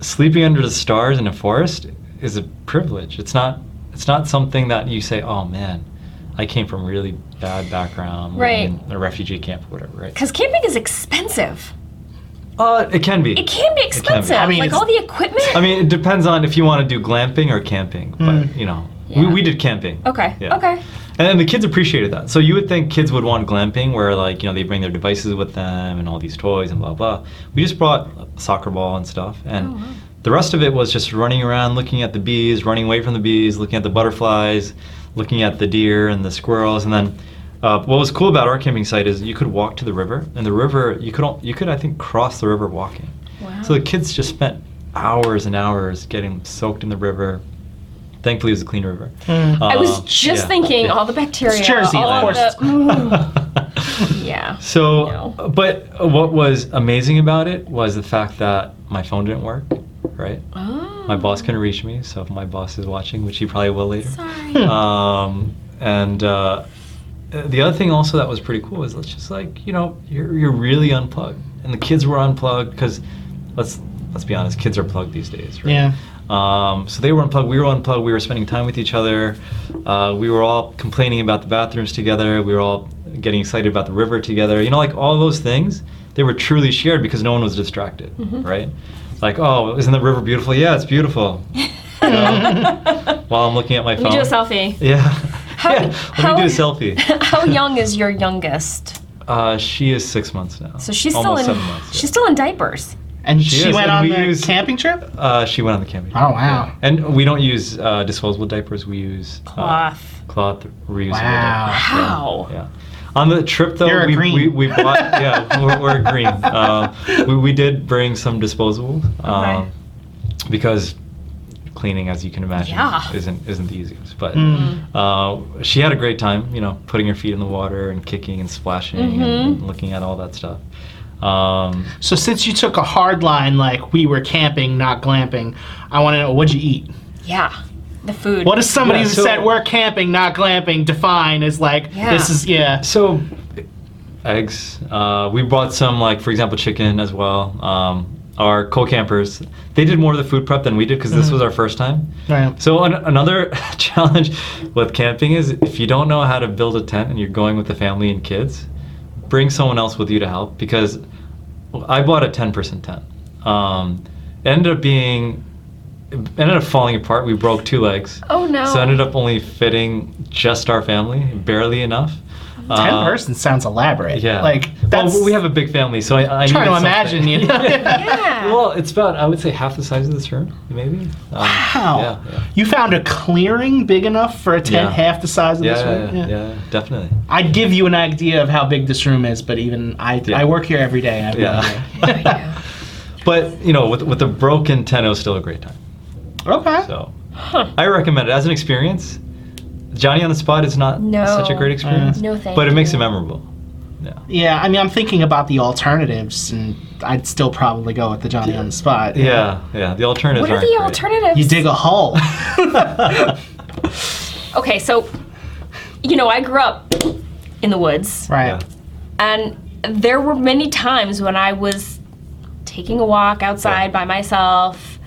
S3: sleeping under the stars in a forest is a privilege. It's not, it's not something that you say, oh man, I came from a really bad background,
S1: Right.
S3: in a refugee camp or whatever, right?
S1: Because camping is expensive.
S3: Uh, it can be.
S1: It can be expensive.
S3: I
S2: mean,
S1: like
S2: it's-
S1: all the equipment.
S3: I mean, it depends on if you want to do glamping or camping, but
S2: Mm.
S3: you know,
S1: Yeah.
S3: we, we did camping.
S1: Okay.
S3: Yeah.
S1: Okay.
S3: And then the kids appreciated that. So you would think kids would want glamping where like, you know, they bring their devices with them and all these toys and blah blah. We just brought a soccer ball and stuff and
S1: Oh, wow.
S3: the rest of it was just running around looking at the bees, running away from the bees, looking at the butterflies, looking at the deer and the squirrels and then uh, what was cool about our camping site is you could walk to the river, and the river you could al- you could I think cross the river walking.
S1: Wow.
S3: So the kids just spent hours and hours getting soaked in the river. Thankfully, it was a clean river.
S2: Mm.
S1: I was
S3: Uh,
S1: just
S3: yeah.
S1: thinking
S3: Yeah.
S1: all the bacteria.
S2: It's Jersey,
S1: all
S2: of course
S1: The,
S2: it's
S1: Mm. yeah.
S3: So,
S1: No.
S3: but what was amazing about it was the fact that my phone didn't work, right?
S1: Oh.
S3: My boss couldn't reach me, so if my boss is watching, which he probably will later.
S1: Sorry.
S3: Um, and uh, the other thing also that was pretty cool is let's just like you know you're, you're really unplugged, and the kids were unplugged because let's let's be honest, kids are plugged these days, right?
S2: Yeah.
S3: Um, so they were unplugged. We were unplugged. We were spending time with each other. Uh, we were all complaining about the bathrooms together. We were all getting excited about the river together. You know, like all those things, they were truly shared because no one was distracted, right? Like, oh, isn't the river beautiful? Yeah, it's beautiful. While I'm looking at my phone.
S1: Let me do a selfie.
S3: Yeah. yeah. Let
S1: how-
S3: me do a selfie.
S1: How young is your youngest?
S3: Uh, she is six months now.
S1: So she's
S3: Almost
S1: still in.
S3: seven months. yeah.
S1: She's still in diapers.
S2: And
S3: She
S2: she,
S3: is,
S2: went
S3: and
S2: on
S3: we
S2: the
S3: use-
S2: camping trip.
S3: Uh, she went on the camping.
S2: Oh wow!
S3: And we don't use uh, disposable diapers. We use uh,
S1: Cloth.
S3: cloth reusable.
S2: Wow.
S3: diapers.
S1: Wow.
S3: Yeah. On the trip though,
S2: You're a
S3: we,
S2: green.
S3: we we bought yeah we're, we're a green. Uh, we we did bring some disposable um,
S1: Okay.
S3: because cleaning, as you can imagine,
S1: Yeah.
S3: isn't isn't the easiest. But
S2: Mm.
S3: uh, she had a great time, you know, putting her feet in the water and kicking and splashing
S1: Mhm.
S3: and, and looking at all that stuff. Um,
S2: So since you took a hard line, like we were camping, not glamping, I want to know what'd you eat.
S1: Yeah. The food.
S2: What if somebody
S3: Yeah,
S2: who
S3: so-
S2: said we're camping, not glamping, define as like
S1: Yeah.
S2: this is yeah?
S3: So, eggs. Uh, we bought some, like for example, chicken as well. Um, our co-campers, they did more of the food prep than we did because this was our first time.
S2: Right.
S3: So an- another challenge with camping is if you don't know how to build a tent and you're going with the family and kids, bring someone else with you to help because I bought a 10% tent. Um, it ended up being, it ended up falling apart. We broke two legs.
S1: Oh, no.
S3: So it ended up only fitting just our family, barely enough.
S2: Ten
S3: Uh,
S2: person sounds elaborate.
S3: Yeah.
S2: Like that's
S3: well, we have a big family, so I, I
S2: trying to
S3: needed something.
S2: imagine you. Know?
S1: Yeah.
S3: Well, it's about I would say half the size of this room, maybe. Um,
S2: Wow.
S3: Yeah, yeah.
S2: You found a clearing big enough for a tent
S3: Yeah.
S2: half the size of
S3: Yeah,
S2: this
S3: yeah,
S2: room?
S3: yeah, yeah, definitely.
S2: I'd give you an idea of how big this room is, but even I,
S3: Yeah.
S2: I work here every day. I have no
S3: Yeah.
S2: idea.
S3: but you know, with with the broken tent, it was still a great time.
S2: Okay.
S3: So I recommend it as an experience. Johnny on the spot is not
S1: No.
S3: such a great experience,
S1: No, thank
S3: but it makes it
S1: you.
S3: memorable. Yeah.
S2: Yeah, I mean, I'm thinking about the alternatives, and I'd still probably go with the Johnny on the spot.
S3: Yeah, yeah. The alternatives
S1: What are
S3: aren't
S1: the
S3: great.
S1: alternatives?
S2: You dig a hole.
S1: Okay, so you know, I grew up in the woods
S2: right.
S3: Yeah.
S1: and there were many times when I was taking a walk outside by myself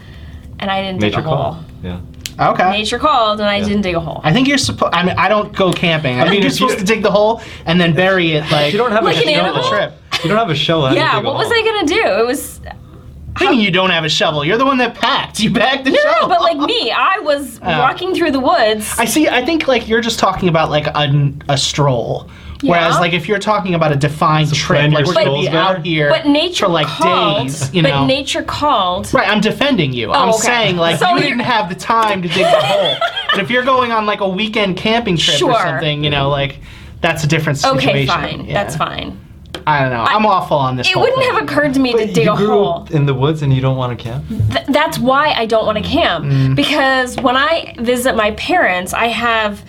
S1: and I didn't
S3: Nature
S1: dig a hole.
S3: call. Yeah.
S2: Okay.
S1: Nature called and I didn't dig a hole.
S2: I think you're supposed. I mean, I don't go camping. I,
S3: mean,
S2: think you're
S3: if you-
S2: supposed to dig the hole and then bury it. Like
S3: If you don't have
S1: Like
S3: a
S1: an
S3: shovel.
S1: animal?
S2: Trip.
S3: You don't have a shovel. how do you
S1: yeah,
S3: dig a
S1: what was
S3: hole?
S1: I gonna do? It was
S2: What do you mean you don't have a shovel. You're the one that packed. You packed the
S1: no, no,
S2: shovel.
S1: but like me, I was walking through the woods.
S2: I see. I think like you're just talking about like a, a stroll, whereas
S1: Yeah.
S2: like if you're talking about a defined trip,
S3: plan
S2: like
S3: your
S2: we're gonna
S3: strolls
S2: be
S3: better?
S2: out here
S1: but nature
S2: for like
S1: called,
S2: days, you
S1: but
S2: know.
S1: nature called.
S2: Right, I'm defending you. I'm
S1: Oh, okay.
S2: saying like
S1: So
S2: you
S1: you're-
S2: didn't have the time to dig the hole. But if you're going on like a weekend camping trip
S1: Sure.
S2: or something, you know, like that's a different situation.
S1: Okay, fine.
S2: Yeah.
S1: That's fine.
S2: I don't know. I, am awful on this.
S1: It
S2: whole
S1: wouldn't
S2: thing.
S1: have occurred to me to
S3: But
S1: dig
S3: you
S1: a
S3: grew
S1: hole.
S3: up in the woods and you don't want to camp.
S1: Th- that's why I don't want to camp
S3: Mm.
S1: because when I visit my parents, I have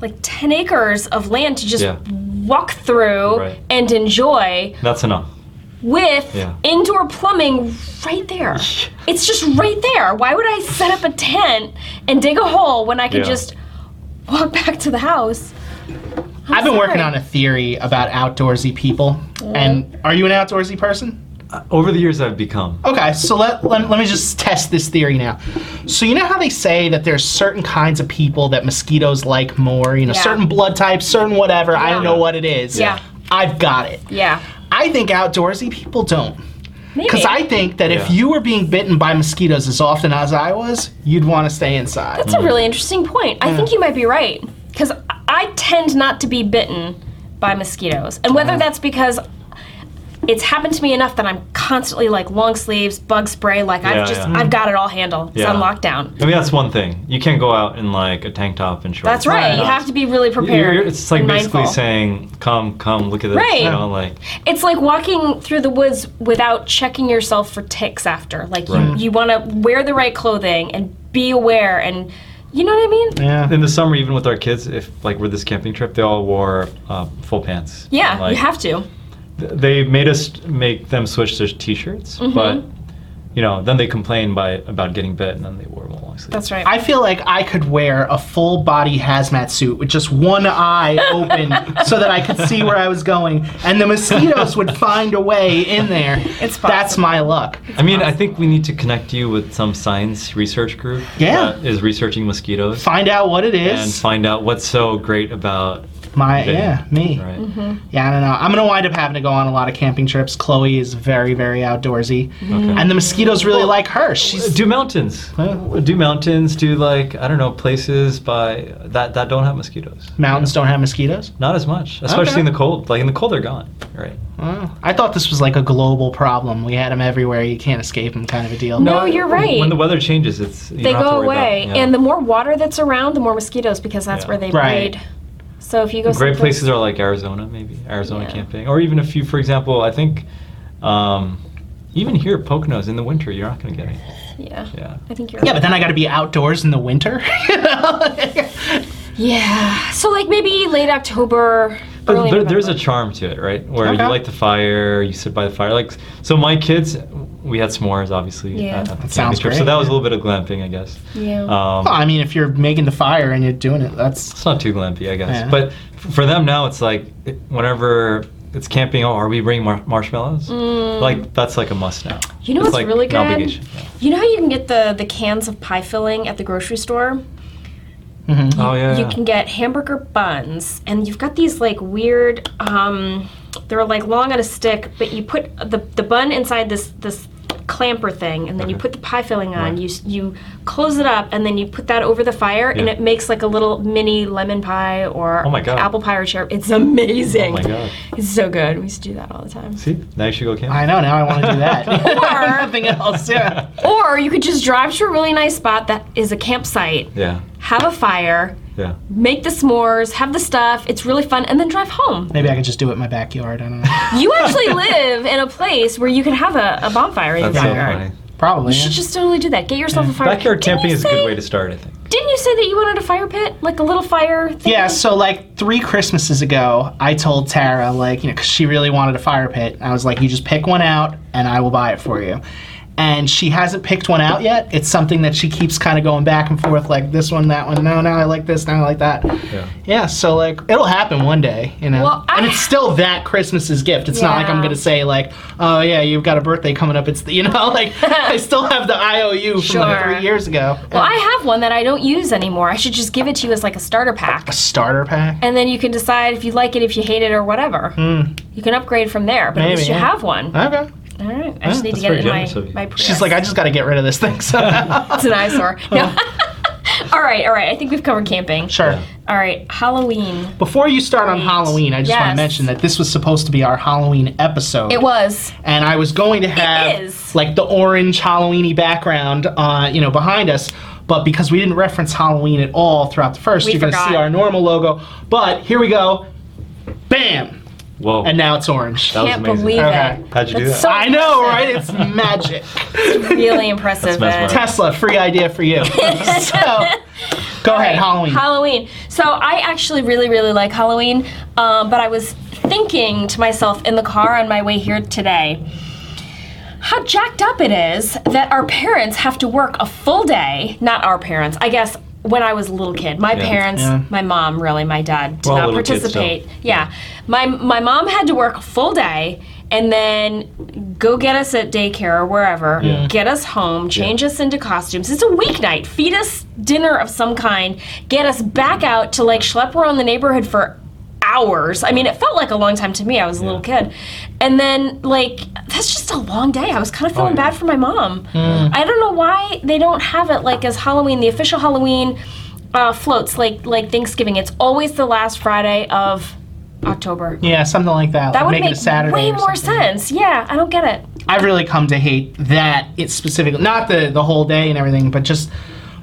S1: like 10 acres of land to just
S3: Yeah.
S1: walk through
S3: Right.
S1: and enjoy
S3: That's enough.
S1: with
S3: Yeah.
S1: indoor plumbing right there. it's just right there. Why would I set up a tent and dig a hole when I can
S3: Yeah.
S1: just walk back to the house?
S2: I've been working
S1: sorry.
S2: on a theory about outdoorsy people. And are you an outdoorsy person?
S3: Over the years, I've become.
S2: Okay, so let, let, let me just test this theory now. So you know how they say that there's certain kinds of people that mosquitoes like more, you know,
S1: Yeah.
S2: certain blood types, certain whatever, I don't
S1: Yeah.
S2: know what it is.
S1: Yeah.
S2: I've got it.
S1: Yeah.
S2: I think outdoorsy people don't.
S1: Maybe.
S2: Because I think that if
S3: Yeah.
S2: you were being bitten by mosquitoes as often as I was, you'd want to stay inside.
S1: That's a really
S3: Hmm.
S1: interesting point. I think you might be right because I tend not to be bitten by mosquitoes, and whether that's because it's happened to me enough that I'm constantly like long sleeves, bug spray, like
S3: Yeah,
S1: I've just
S3: yeah.
S1: I've got it all handled. It's
S3: Yeah.
S1: on lockdown.
S3: I mean, that's one thing. You can't go out in like a tank top and shorts.
S1: That's right. You
S2: Right.
S1: have to be really
S3: You're-
S1: prepared.
S3: it's like
S1: and
S3: basically
S1: mindful.
S3: saying, "Come, come, look at this."
S1: Right.
S3: You know, like
S1: It's like walking through the woods without checking yourself for ticks after. Like you,
S3: Right.
S1: you want to wear the right clothing and be aware, and you know what I mean.
S2: Yeah.
S3: in the summer, even with our kids, if like we're this camping trip, they all wore uh, full pants.
S1: Yeah,
S3: And, like,
S1: you have to.
S3: th- They made us make them switch their t-shirts,
S1: Mm-hmm.
S3: but you know, then they complained by about getting bit, and then they wore long sleeves.
S1: That's right.
S2: I feel like I could wear a full body hazmat suit with just one eye open so that I could see where I was going, and the mosquitoes would find a way in there.
S1: It's
S2: That's
S1: possible.
S2: my luck.
S3: I mean, I think we need to connect you with some science research group
S2: Yeah.
S3: that is researching mosquitoes
S2: Find out what it
S3: and
S2: is.
S3: find out what's so great about
S2: My
S3: Okay.
S2: yeah, me.
S3: right.
S1: Mm-hmm.
S2: Yeah, I don't know. I'm gonna wind up having to go on a lot of camping trips. Chloe is very, very outdoorsy,
S3: Okay.
S2: and the mosquitoes really like her. She's
S3: Do mountains? Do mountains? Do like I don't know places by that that don't have mosquitoes?
S2: mountains don't have mosquitoes.
S3: Not as much, especially
S2: Okay.
S3: in the cold. Like in the cold, they're gone. Right.
S2: Oh, I thought this was like a global problem. We had them everywhere. You can't escape them, kind of a deal.
S1: No, Oh, you're right.
S3: When the weather changes, it's you
S1: they
S3: don't have to
S1: go
S3: worry about-
S1: away,
S3: yeah.
S1: and the more water that's around, the more mosquitoes because that's
S3: Yeah.
S1: where they
S2: Right.
S1: breed. So if you go
S3: great
S1: someplace-
S3: places are like Arizona, maybe Arizona
S1: Yeah.
S3: camping, or even if you, for example, I think. Um, even here, at Poconos in the winter, you're not going to get any.
S1: yeah,
S3: Yeah.
S1: I think you're.
S2: Yeah,
S1: right.
S2: but then I got to be outdoors in the winter. You know?
S1: yeah. So like maybe late October, early
S3: But there, there's a
S1: November.
S3: charm to it, right? Where
S2: Okay.
S3: you light the fire, you sit by the fire. Like, so my kids, we had s'mores, obviously.
S1: Yeah.
S3: At, at the
S2: sounds
S3: camping trip, So
S2: great,
S3: that was a
S2: yeah.
S3: little bit of glamping, I guess.
S1: Yeah.
S3: Um,
S2: Well, I mean, if you're making the fire and you're doing it, that's
S3: it's not too glampy, I guess.
S2: Yeah.
S3: But f- for them now, it's like it- whenever it's camping, oh, are we bringing mar- marshmallows? Like that's like a must now.
S1: Mm. You know
S3: it's
S1: what's
S3: like
S1: really
S3: an
S1: good?
S3: Obligation. Yeah.
S1: you know how you can get the the cans of pie filling at the grocery store.
S2: mm-hmm.
S3: Oh yeah.
S1: You can get hamburger buns, and you've got these like weird. Um, they're like long on a stick, but you put the the bun inside this this clamper thing, and then you
S3: Okay.
S1: put the pie filling on.
S3: Right.
S1: You s- you close it up, and then you put that over the fire, and
S3: Yeah.
S1: it makes like a little mini lemon pie or
S3: Oh my God.
S1: apple pie or cherry. It's amazing.
S3: Oh my god.
S1: It's so good. We used to do that all the time.
S3: See, now you should go camping.
S2: I know. Now I want to do that.
S1: Or-
S2: Nothing else. Yeah.
S1: Or you could just drive to a really nice spot that is a campsite,
S3: Yeah.
S1: have a fire,
S3: Yeah.
S1: make the s'mores, have the stuff. It's really fun, and then drive home.
S2: Maybe I could just do it in my backyard. I don't know.
S1: You actually live in a place where you can have a, a bonfire in your
S3: That's so
S1: backyard.
S3: funny.
S2: Probably.
S1: You
S2: yeah.
S1: should just totally do that. Get yourself a fire.
S3: Backyard
S1: Didn't
S3: camping
S1: you
S3: is a good
S1: say-
S3: way to start, I think.
S1: Didn't you say that you wanted a fire pit, like a little fire thing?
S2: Yeah, so like three Christmases ago, I told Tara, like, you know, 'cause she really wanted a fire pit. I was like, you just pick one out and I will buy it for you. And she hasn't picked one out yet. It's something that she keeps kind of going back and forth, like this one, that one. No, now I like this, now I like that.
S3: Yeah.
S2: Yeah, so like it'll happen one day, you know.
S1: Well, I-
S2: and it's still that Christmas's gift. It's not like I'm
S1: Yeah.
S2: gonna say like, oh yeah, you've got a birthday coming up. It's the, you know, like I still have the IOU from like
S1: Sure.
S2: three years ago.
S1: Well, I have one that I don't use anymore. I should just give it to you as like a starter pack.
S2: Starter pack.
S1: And then you can decide if you like it, if you hate it, or whatever.
S3: Hmm.
S1: You can upgrade from there, but at
S2: Maybe,
S1: least you
S2: yeah.
S1: have one.
S2: Okay.
S1: All right. I just need to
S3: Uh,
S1: get it
S3: that's very
S1: in my,
S3: generous of you.
S1: my
S2: She's like, I just got to get rid of this thing. somehow."
S1: It's an eyesore. No. all right, all right. I think we've covered camping.
S2: sure.
S1: All right, Halloween.
S2: Before you start on
S1: Great.
S2: Halloween, I just want to
S1: Yes.
S2: mention that this was supposed to be our Halloween episode.
S1: It was.
S2: and I was going to have
S1: is.
S2: like the orange Halloweeny background, uh, you know, behind us. But because we didn't reference Halloween at all throughout the first,
S1: We
S2: you're going to see
S1: forgot.
S2: our normal logo. But here we go, bam,
S3: Whoa.
S2: and now it's orange.
S3: That was
S1: Can't
S3: amazing.
S1: believe
S2: Okay.
S1: it.
S3: How'd you do
S1: That's
S3: that?
S1: so
S2: I know, right? It's magic.
S1: really impressive. uh,
S3: That's mesmerizing.
S1: and-
S2: Tesla, free idea for you. so, go ahead, Halloween.
S1: Halloween. So I actually really, really like Halloween, um, but I was thinking to myself in the car on my way here today how jacked up it is that our parents have to work a full day. Not our parents, I guess. When I was a little kid, my
S3: Yeah.
S1: parents,
S2: Yeah.
S1: my mom, really, my dad did
S3: We're all
S1: not
S3: little kids still.
S1: participate. Yeah, my my mom had to work a full day and then go get us at daycare or wherever,
S3: Yeah.
S1: get us home, change us into costumes. It's a weeknight. Feed us dinner of some kind, get us back out to like schlep around the neighborhood for hours. I mean, it felt like a long time to me. I was a little kid, and then like that's just a long day. I was kind
S2: Oh,
S1: of feeling
S3: yeah.
S1: bad for my mom.
S2: Hmm.
S1: I don't know why they don't have it like as Halloween, the official Halloween. Uh, floats like like Thanksgiving. It's always the last Friday of October.
S2: yeah, something like that.
S1: That
S2: like
S1: would
S2: make,
S1: make
S2: it a Saturday.
S1: way
S2: or
S1: more
S2: something.
S1: sense. Yeah, I don't get it.
S2: I've really come to hate that it's specifically not the the whole day and everything, but just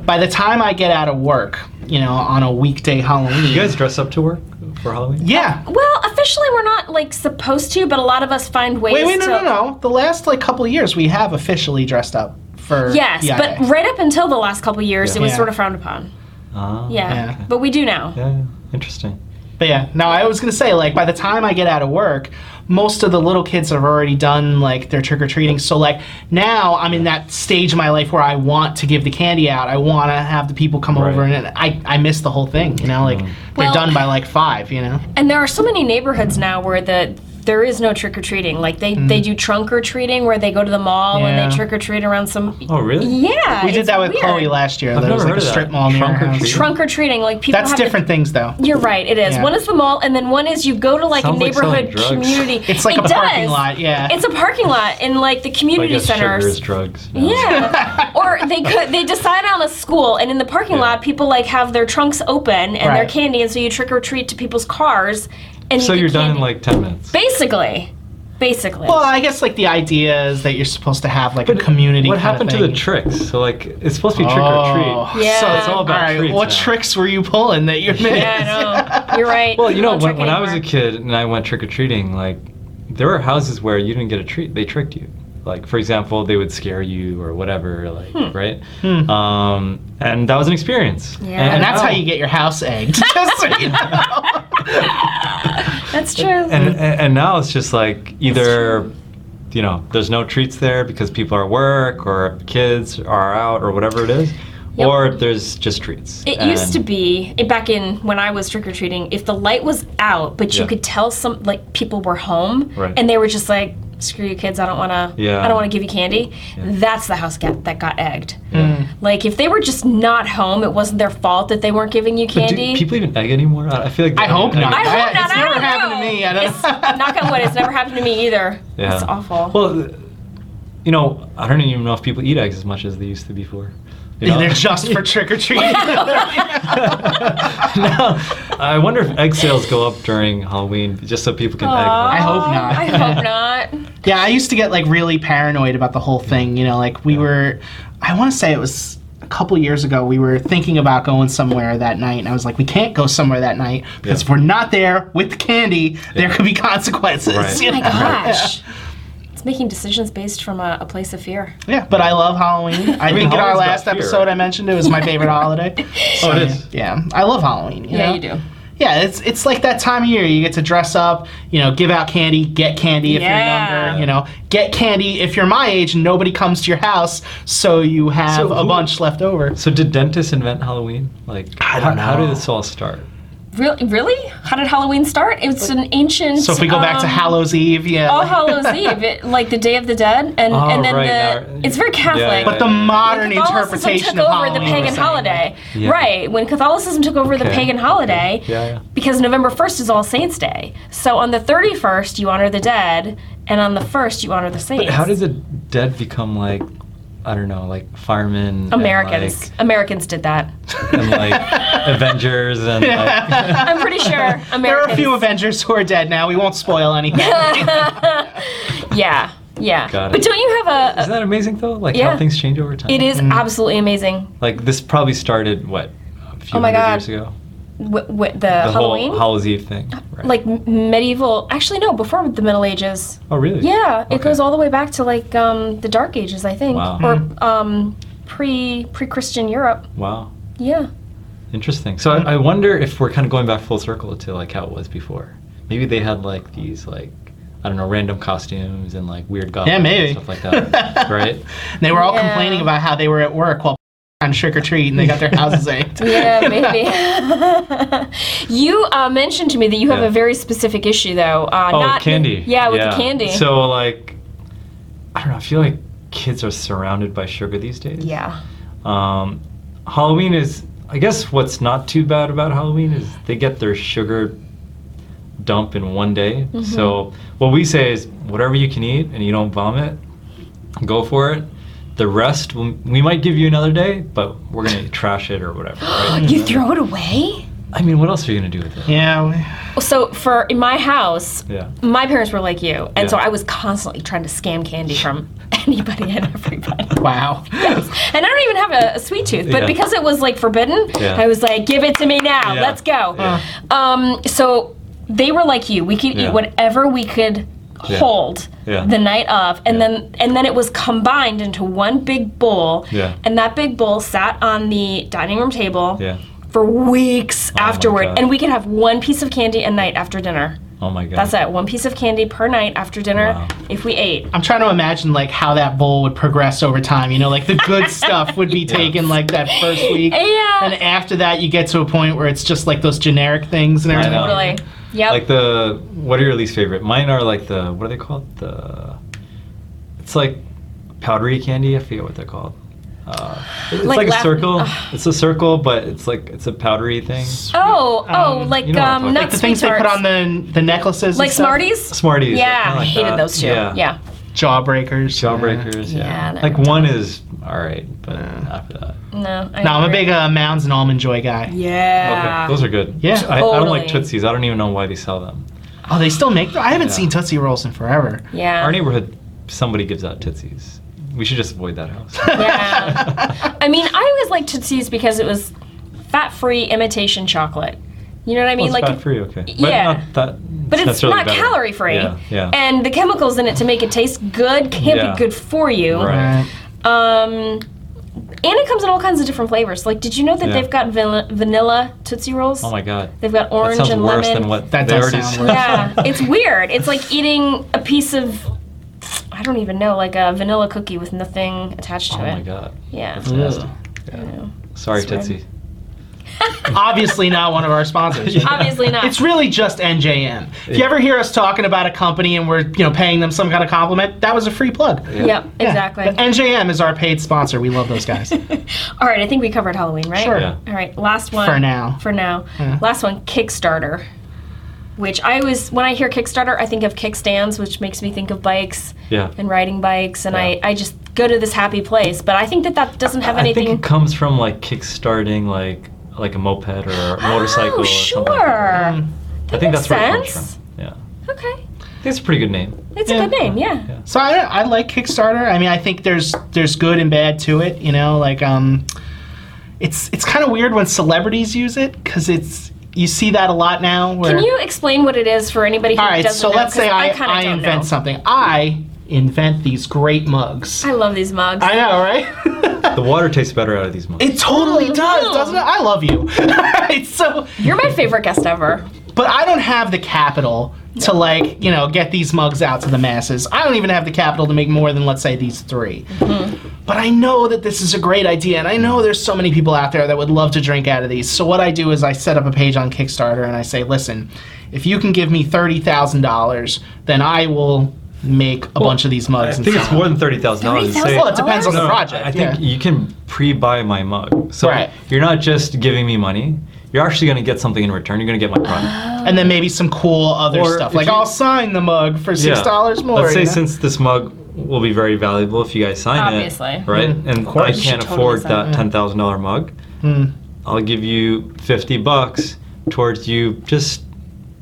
S2: by the time I get out of work, you know, on a weekday Halloween.
S3: You guys dress up to work for Halloween?
S2: yeah.
S1: Well, officially we're not like supposed to, but a lot of us find ways
S2: Wait, wait, no,
S1: to.
S2: no, no. The last like couple of years, we have officially dressed up for.
S1: Yes,
S2: EIA.
S1: but right up until the last couple years, it was
S2: Yeah.
S1: sort of frowned upon.
S3: Ah.
S1: Yeah,
S2: Yeah.
S1: but we do now.
S3: Yeah, yeah. Interesting.
S2: But yeah, no, I was gonna say like by the time I get out of work, most of the little kids have already done like their trick or treating. So like now I'm in that stage of my life where I want to give the candy out. I want to have the people come
S3: Right.
S2: over, and I I miss the whole thing. You know, like they're
S1: Well-
S2: done by like five. You know.
S1: And there are so many neighborhoods now where the there is no trick or treating. Like they, they do trunk or treating where they go to the mall
S2: Mm. Yeah.
S1: and they trick or treat around some.
S3: Oh, really?
S1: Yeah,
S2: We did
S1: it's
S2: that with
S1: weird.
S2: Chloe last year.
S3: I've
S2: There was like
S3: never
S2: a
S3: heard of
S2: strip
S3: that.
S2: mall near
S3: Trunk
S2: our
S3: or
S2: house.
S3: treat?
S1: Trunk or treating, like people.
S2: That's
S1: have to-
S2: different things though.
S1: You're right. It is.
S2: Yeah.
S1: One is the mall, and then one is you go to like
S3: Sounds
S1: a
S3: like selling
S1: neighborhood
S3: drugs.
S1: community.
S2: It's like
S1: it
S2: a parking
S1: does.
S2: lot, yeah.
S1: It's a parking lot in like the
S3: I
S1: community
S3: guess
S1: center.
S3: sugar is drugs. now.
S1: Yeah. or they could they decide on a school and in the parking
S3: Yeah.
S1: lot people like have their trunks open and their
S2: Right.
S1: candy and so you trick or treat to people's cars and
S3: So
S1: you get
S3: you're done in
S1: candy.
S3: like 10 minutes.
S1: basically basically
S2: Well, I guess like the idea is that you're supposed to have like a community.
S3: What
S2: kinda
S3: happened to
S2: thing.
S3: the tricks? So like, it's supposed to be
S2: Oh.
S3: trick or treat.
S1: Yeah.
S3: So it's all about
S2: Alright,
S3: treats
S2: what
S3: now.
S2: tricks were you pulling that you missed?
S1: yeah, I know. You're right.
S3: Well, you know,
S1: Don't
S3: when,
S1: trick
S3: when I was a
S1: anymore.
S3: kid and I went trick or treating, like there were houses where you didn't get a treat; they tricked you. Like, for example, they would scare you or whatever, like right. Um, and that was an experience.
S1: Hmm. Yeah.
S2: Hmm. And that's
S3: now-
S2: how you get your house egged. Just so you know.
S1: That's true.
S3: And, and and now it's just like either, you know, there's no treats there because people are at work or kids are out or whatever it is,
S1: Yep.
S3: or there's just treats.
S1: It used to be it- back in when I was trick or treating. If the light was out, but you
S3: Yeah.
S1: could tell some like people were home,
S3: Right.
S1: and they were just like, "Screw you, kids! I don't want to.
S3: Yeah.
S1: I don't want to give you candy." That's the house get, that got egged.
S2: Hmm.
S1: Like if they were just not home, it wasn't their fault that they weren't giving you
S3: But do
S1: candy.
S3: people even egg anymore? I I feel like
S2: I hope not.
S1: I hope not.
S2: It's
S1: I
S2: never
S1: don't
S2: happened to
S1: know.
S2: me. I don't
S1: It's- knock on wood, it's never happened to me either.
S3: Yeah.
S1: It's awful.
S3: Well, th- you know, I don't even know if people eat eggs as much as they used to before. You know?
S2: They're just for trick or treating.
S3: Now, I wonder if egg sales go up during Halloween just so people can egg.
S1: Aw,
S2: I
S3: them.
S2: hope not.
S1: I hope not.
S2: Yeah, I used to get like really paranoid about the whole thing. You know, like we were, I want to say it was a couple years ago, we were thinking about going somewhere that night. And I was like, we can't go somewhere that night because if we're not there with the candy, there could be consequences.
S3: Right.
S2: you
S1: Oh my
S2: know?
S1: gosh. It's It's making decisions based from a, a place of fear.
S2: Yeah, but I love Halloween. I,
S3: mean,
S2: think in our
S3: Halloween's not
S2: last
S3: fear,
S2: episode
S3: right?
S2: I mentioned it was my favorite holiday.
S3: Oh, it is.
S2: Yeah, I love Halloween.
S1: yeah,
S2: know?
S1: you do.
S2: Yeah, it's it's like that time of year. You get to dress up, you know, give out candy, get candy if you're
S1: Yeah.
S2: younger, you know, get candy if you're my age and nobody comes to your house, so you have
S3: So
S2: a
S3: who-
S2: bunch left over.
S3: So did dentists invent Halloween? Like,
S2: I don't
S3: how, how
S2: know.
S3: did this all start?
S1: Really? really? How did Halloween start? It's an ancient.
S2: So if we go back to
S1: um,
S2: Hallows Eve, yeah.
S1: All Hallows Eve, it, like the Day of the Dead, and,
S3: Oh,
S1: and then
S3: right,
S1: the
S3: now-
S1: it's very
S3: yeah,
S1: Catholic.
S3: yeah,
S2: but the
S3: yeah, yeah.
S2: modern
S1: When Catholicism
S2: interpretation
S1: took
S2: of
S1: over
S2: Halloween,
S1: the
S2: we're
S1: pagan
S2: saying.
S1: holiday,
S3: Yeah.
S1: right? When Catholicism took over the
S3: Okay.
S1: pagan holiday,
S3: Yeah, yeah.
S1: because November first is All Saints' Day, so on the thirty-first you honor the dead, and on the first you honor the saints.
S3: How did the dead become like, I don't know, like firemen? and,
S1: Americans? Americans did that.
S3: like- And like, Avengers and like.
S1: I'm pretty sure Americans.
S2: There are a few Avengers who are dead now. We won't spoil anything.
S1: Yeah, yeah.
S3: Got it.
S1: But don't you have a?
S3: Isn't that Mm-hmm. amazing though? Like
S1: Yeah.
S3: how things change over time.
S1: it is absolutely amazing.
S3: Like this probably started what a few
S1: Oh my
S3: hundred
S1: God.
S3: years ago.
S1: W- w- the,
S3: The
S1: Halloween. Uh,
S3: whole Hallows Eve thing. Right.
S1: like m- medieval actually no before the middle ages
S3: oh really?
S1: yeah it
S3: Okay.
S1: goes all the way back to like um, the dark ages i think
S3: Wow. Mm.
S1: or um, pre pre-christian europe
S3: Wow.
S1: yeah
S3: Interesting. So I, I wonder if we're kind of going back full circle to like how it was before. Maybe they had like these like I don't know random costumes and like weird goblins
S2: maybe.
S3: and stuff like that, right?
S2: They were all
S1: Yeah.
S2: complaining about how they were at work while on trick or treat and they got their houses ached.
S1: yeah maybe you uh, mentioned to me that you have
S3: Yeah.
S1: a very specific issue though uh,
S3: Oh,
S1: not
S3: candy.
S1: yeah with the candy
S3: So like I don't know. I feel like kids are surrounded by sugar these days.
S1: yeah
S3: Um, Halloween is, I guess, what's not too bad about Halloween is they get their sugar dump in one day. So what we say is whatever you can eat and you don't vomit, go for it. The rest, we we might give you another day, but we're gonna trash it or whatever. right?
S1: you throw it away
S3: I mean, what else are you gonna do with it?
S2: Yeah. we-
S1: so for in my house
S3: Yeah.
S1: my parents were like you and so
S3: Yeah.
S1: i was constantly trying to scam candy from anybody and everybody
S2: Wow.
S1: And I don't even have a, a sweet tooth, but
S3: Yeah.
S1: because it was like forbidden,
S3: Yeah.
S1: I was like, give it to me now.
S3: Yeah.
S1: Let's go.
S3: Yeah.
S1: Um, so they were like you. We could
S3: Yeah.
S1: eat whatever we could
S3: Yeah.
S1: hold
S3: Yeah.
S1: the night of and
S3: Yeah.
S1: then and then it was combined into one big bowl
S3: Yeah.
S1: and that big bowl sat on the dining room table
S3: Yeah. Oh
S1: for weeks afterward
S3: God.
S1: and we could have one piece of candy a night after dinner
S3: Oh my god.
S1: that's it one piece of candy per night after dinner
S3: Wow.
S1: if we ate
S2: I'm trying to imagine like how that bowl would progress over time. You know, like the good stuff would be taken like that first week.
S1: Yeah.
S2: And after that you get to a point where it's just like those generic things and
S3: I
S2: everything.
S3: know.
S1: totally yep
S3: Um, Like the what are your least favorite? Mine are like the what are they called? The it's like powdery candy. I forget what they're called. Uh, it's
S1: Like
S3: like,
S1: laugh-
S3: a circle. it's a circle, but it's like it's a powdery thing.
S1: Oh, oh,
S2: Um,
S1: like
S3: you know what I'm
S1: um,
S3: talking
S1: not
S3: about.
S2: The
S1: sweet
S2: things they put
S1: tarts.
S2: on the the necklaces.
S1: like
S2: and stuff.
S1: Smarties.
S3: Smarties.
S1: Yeah,
S3: kinda
S1: I
S3: like
S1: hated
S3: that.
S1: those two. Yeah,
S2: Jawbreakers.
S3: Jawbreakers.
S1: Yeah,
S3: Yeah.
S1: they're
S3: like
S1: not
S3: one is all right, but after that.
S1: no. I
S2: No, I'm a
S1: agree.
S2: big uh, mounds and almond joy guy.
S1: Yeah.
S3: Okay, those are good.
S2: Yeah.
S3: I, I don't like
S1: Totally.
S3: Tootsies. I don't even know why they sell them.
S2: Oh, they still make. I haven't
S3: Yeah.
S2: seen Tootsie Rolls in forever.
S1: Yeah.
S3: Our neighborhood, somebody gives out Tootsies. We should just avoid that house.
S1: Yeah. I mean, I always liked Tootsie's because it was fat-free imitation chocolate. You know what I mean?
S3: Well,
S1: like,
S3: it's fat free, okay. But
S1: yeah.
S3: not that.
S1: but it's
S3: necessarily
S1: not
S3: better.
S1: calorie-free.
S3: Yeah, yeah.
S1: And the chemicals in it to make it taste good can't
S3: Yeah.
S1: be good for you.
S3: Right.
S1: Um, and it comes in all kinds of different flavors. Like, did you know that
S3: Yeah.
S1: they've got vanilla, vanilla Tootsie Rolls?
S3: Oh my god.
S1: They've got
S3: That
S1: orange
S3: sounds
S1: and
S3: worse
S1: lemon.
S3: than what
S2: That
S3: they
S2: does
S3: already
S2: sound
S3: said.
S2: worse.
S1: yeah, it's weird. It's like eating a piece of I don't even know, like a vanilla cookie with nothing attached to
S3: Oh
S1: it.
S3: my god.
S1: Yeah.
S3: That's nasty.
S1: I know.
S3: Sorry,
S1: It's weird.
S3: Tootsie.
S2: Obviously not one of our sponsors.
S1: Obviously not.
S2: It's really just NJM. If you ever hear us talking about a company and we're you know paying them some kind of compliment, that was a free plug.
S1: yep,
S2: Yeah.
S1: exactly.
S2: But NJM is our paid sponsor. We love those guys.
S1: All right, I think we covered Halloween, right?
S2: Sure.
S3: Yeah.
S1: All right, last one.
S2: For now.
S1: For now. Last one, Kickstarter. Which I always, when I hear Kickstarter, I think of kickstands, which makes me think of bikes
S3: Yeah.
S1: and riding bikes, and I,
S3: Yeah.
S1: I just go to this happy place. But I think that that doesn't have
S3: I
S1: anything.
S3: think it comes from like kickstarting like like a moped or a motorcycle.
S1: oh,
S3: or
S1: sure.
S3: something like that.
S2: Mm.
S3: I think
S1: makes
S3: that's where it comes
S1: sense.
S3: from. Yeah.
S1: Okay.
S3: I think it's a pretty good name.
S1: It's
S2: Yeah.
S1: a good name, yeah.
S3: Yeah.
S2: So I, I like Kickstarter. I mean, I think there's there's good and bad to it. You know, like um, it's it's kind of weird when celebrities use it because it's you see that a lot now. Where,
S1: Can you explain what it is for anybody who
S2: All right,
S1: doesn't
S2: so
S1: know?
S2: let's
S1: 'Cause
S2: say I,
S1: kinda
S2: I
S1: don't
S2: invent
S1: know.
S2: something. I invent these great mugs.
S1: I love these mugs.
S2: I know, right?
S3: The water tastes better out of these mugs.
S2: it totally does, doesn't it? I love you. Alright, so,
S1: You're my favorite guest ever.
S2: but I don't have the capital to like, you know, get these mugs out to the masses. I don't even have the capital to make more than let's say these 3 But I know that this is a great idea, and I know there's so many people out there that would love to drink out of these. So what I do is I set up a page on Kickstarter and I say, listen, if you can give me thirty thousand dollars, then I will make a bunch of these
S3: I
S2: mugs. and
S3: think it's
S2: sell them."
S3: more than thirty thousand dollars.
S1: $30,000?
S2: Well, it depends on the
S1: No,
S2: project.
S3: I think
S2: yeah.
S3: you can pre-buy my mug. So
S2: Right.
S3: you're not just giving me money. You're actually going to get something in return. You're going to get my
S2: Oh,
S3: product.
S2: and then maybe some cool other
S3: Or
S2: stuff.
S3: if
S2: Like
S3: you-
S2: I'll sign the mug for
S3: Yeah.
S2: six dollars more.
S3: Let's say
S2: you know?
S3: since this mug will be very valuable if you guys sign it,
S1: Obviously.
S3: right? and
S2: Mm-hmm. course. Mm-hmm.
S3: I
S2: You
S3: can't
S1: should totally
S3: afford
S1: sign
S3: that
S1: it.
S3: ten thousand dollar mug.
S2: Hmm.
S3: I'll give you fifty bucks towards you just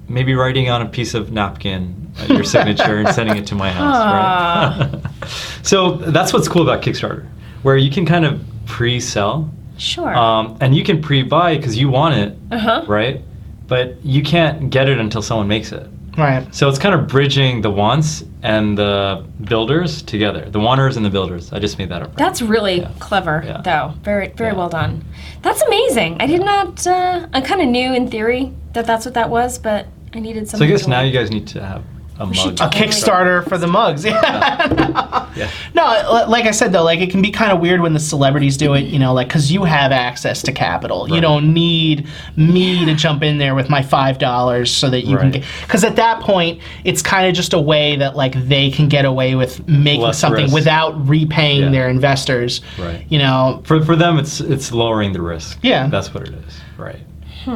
S3: maybe writing on a piece of napkin uh, your signature and sending it to my house. Right? so that's what's cool about Kickstarter, where you can kind of pre-sell.
S1: Sure.
S3: Um, and you can pre-buy because you want it,
S1: Uh-huh.
S3: right? But you can't get it until someone makes it.
S2: right.
S3: So it's kind of bridging the wants and the builders together. The wanters and the builders. I just made that up.
S1: That's really clever,
S3: Yeah.
S1: though. Very, very
S3: Yeah.
S1: well done. That's amazing. I did not. Uh, I kind of knew in theory that that's what that was, but I needed
S3: So
S1: something.
S3: I guess
S1: to
S3: now
S1: like-
S3: you guys need to have a
S1: should
S3: mug.
S2: A
S1: Oh my
S2: Kickstarter for the mugs. Yeah.
S3: Yeah.
S2: No, li- like I said though, like it can be kind of weird when the celebrities do it, you know, like because you have access to capital. You
S3: Right.
S2: don't need me to jump in there with my five dollars so that you
S3: Right.
S2: can get. Because at that point, it's kind of just a way that like they can get away with making
S3: Less
S2: something
S3: risk.
S2: without repaying
S3: Yeah.
S2: their investors.
S3: Right.
S2: You know,
S3: For, for them, it's it's lowering the risk.
S2: Yeah.
S3: That's what it is. Right.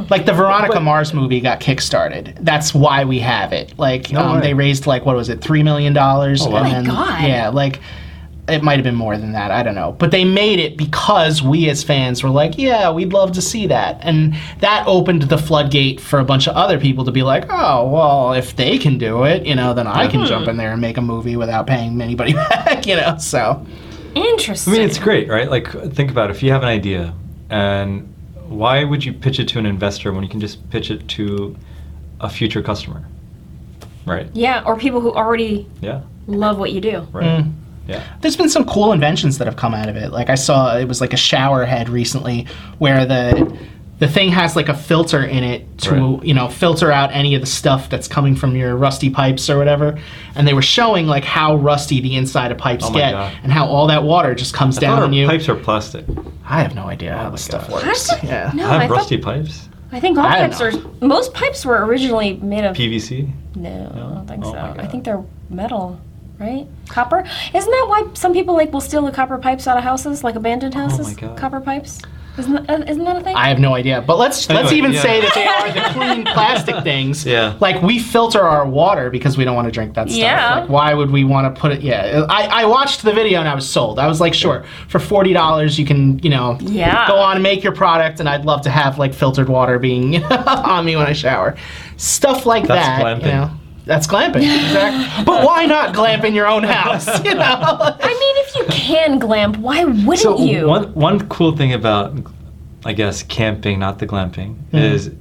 S2: like the Veronica
S3: But-
S2: Mars movie got kickstarted. That's why we have it. Like um,
S3: way.
S2: they raised like what was it, three million dollars?
S3: wow.
S1: Oh my God.
S2: Yeah, like it might have been more than that. I don't know. But they made it because we as fans were like, yeah, we'd love to see that, and that opened the floodgate for a bunch of other people to be like, oh well, if they can do it, you know, then I
S3: Mm-hmm.
S2: can jump in there and make a movie without paying anybody back. You know, so
S1: Interesting.
S3: I mean, it's great, right? Like, think about it. if you have an idea, and why would you pitch it to an investor when you can just pitch it to a future customer? Right.
S1: yeah, or people who already
S3: Yeah.
S1: love what you do.
S3: Right.
S2: Mm.
S3: Yeah.
S2: There's been some cool inventions that have come out of it. Like I saw it was like a shower head recently where the the thing has like a filter in it to,
S3: Right.
S2: you know, filter out any of the stuff that's coming from your rusty pipes or whatever. And they were showing like how rusty the inside of pipes
S3: Oh my
S2: get
S3: God.
S2: and how all that water just comes
S3: I thought
S2: down
S3: our
S2: on you.
S3: pipes are plastic.
S2: I have no idea how this stuff
S3: God.
S2: works.
S1: I did-
S2: Yeah.
S1: No,
S3: I
S1: I,
S3: have
S1: thought,
S3: rusty pipes.
S1: I think all
S2: I don't
S1: pipes are. Most pipes were originally made of.
S3: PVC.
S1: no, I don't think
S3: Oh
S1: so.
S3: my
S1: I
S3: God.
S1: think they're metal, right? Copper. Isn't that why some people like will steal the copper pipes out of houses, like abandoned houses?
S3: Oh God.
S1: Copper pipes. Isn't that, uh, isn't that a thing?
S2: I have no idea. But let's let's
S3: Anyway,
S2: even
S3: yeah.
S2: say that they are the clean plastic things.
S3: Yeah.
S2: Like we filter our water because we don't want to drink that stuff.
S1: Yeah.
S2: Like why would we want to put it yeah. I, I watched the video and I was sold. I was like, sure, for forty dollars you can, you know,
S1: Yeah.
S2: go on and make your product and I'd love to have like filtered water being on me when I shower. Stuff like
S3: That's
S2: that.
S3: glamping.
S2: You know. That's glamping, exactly. but why not glamp in your own house? You know,
S1: I mean, if you can glamp, why wouldn't
S3: So
S1: you?
S3: one one cool thing about, I guess, camping, not the glamping,
S1: Mm-hmm.
S3: is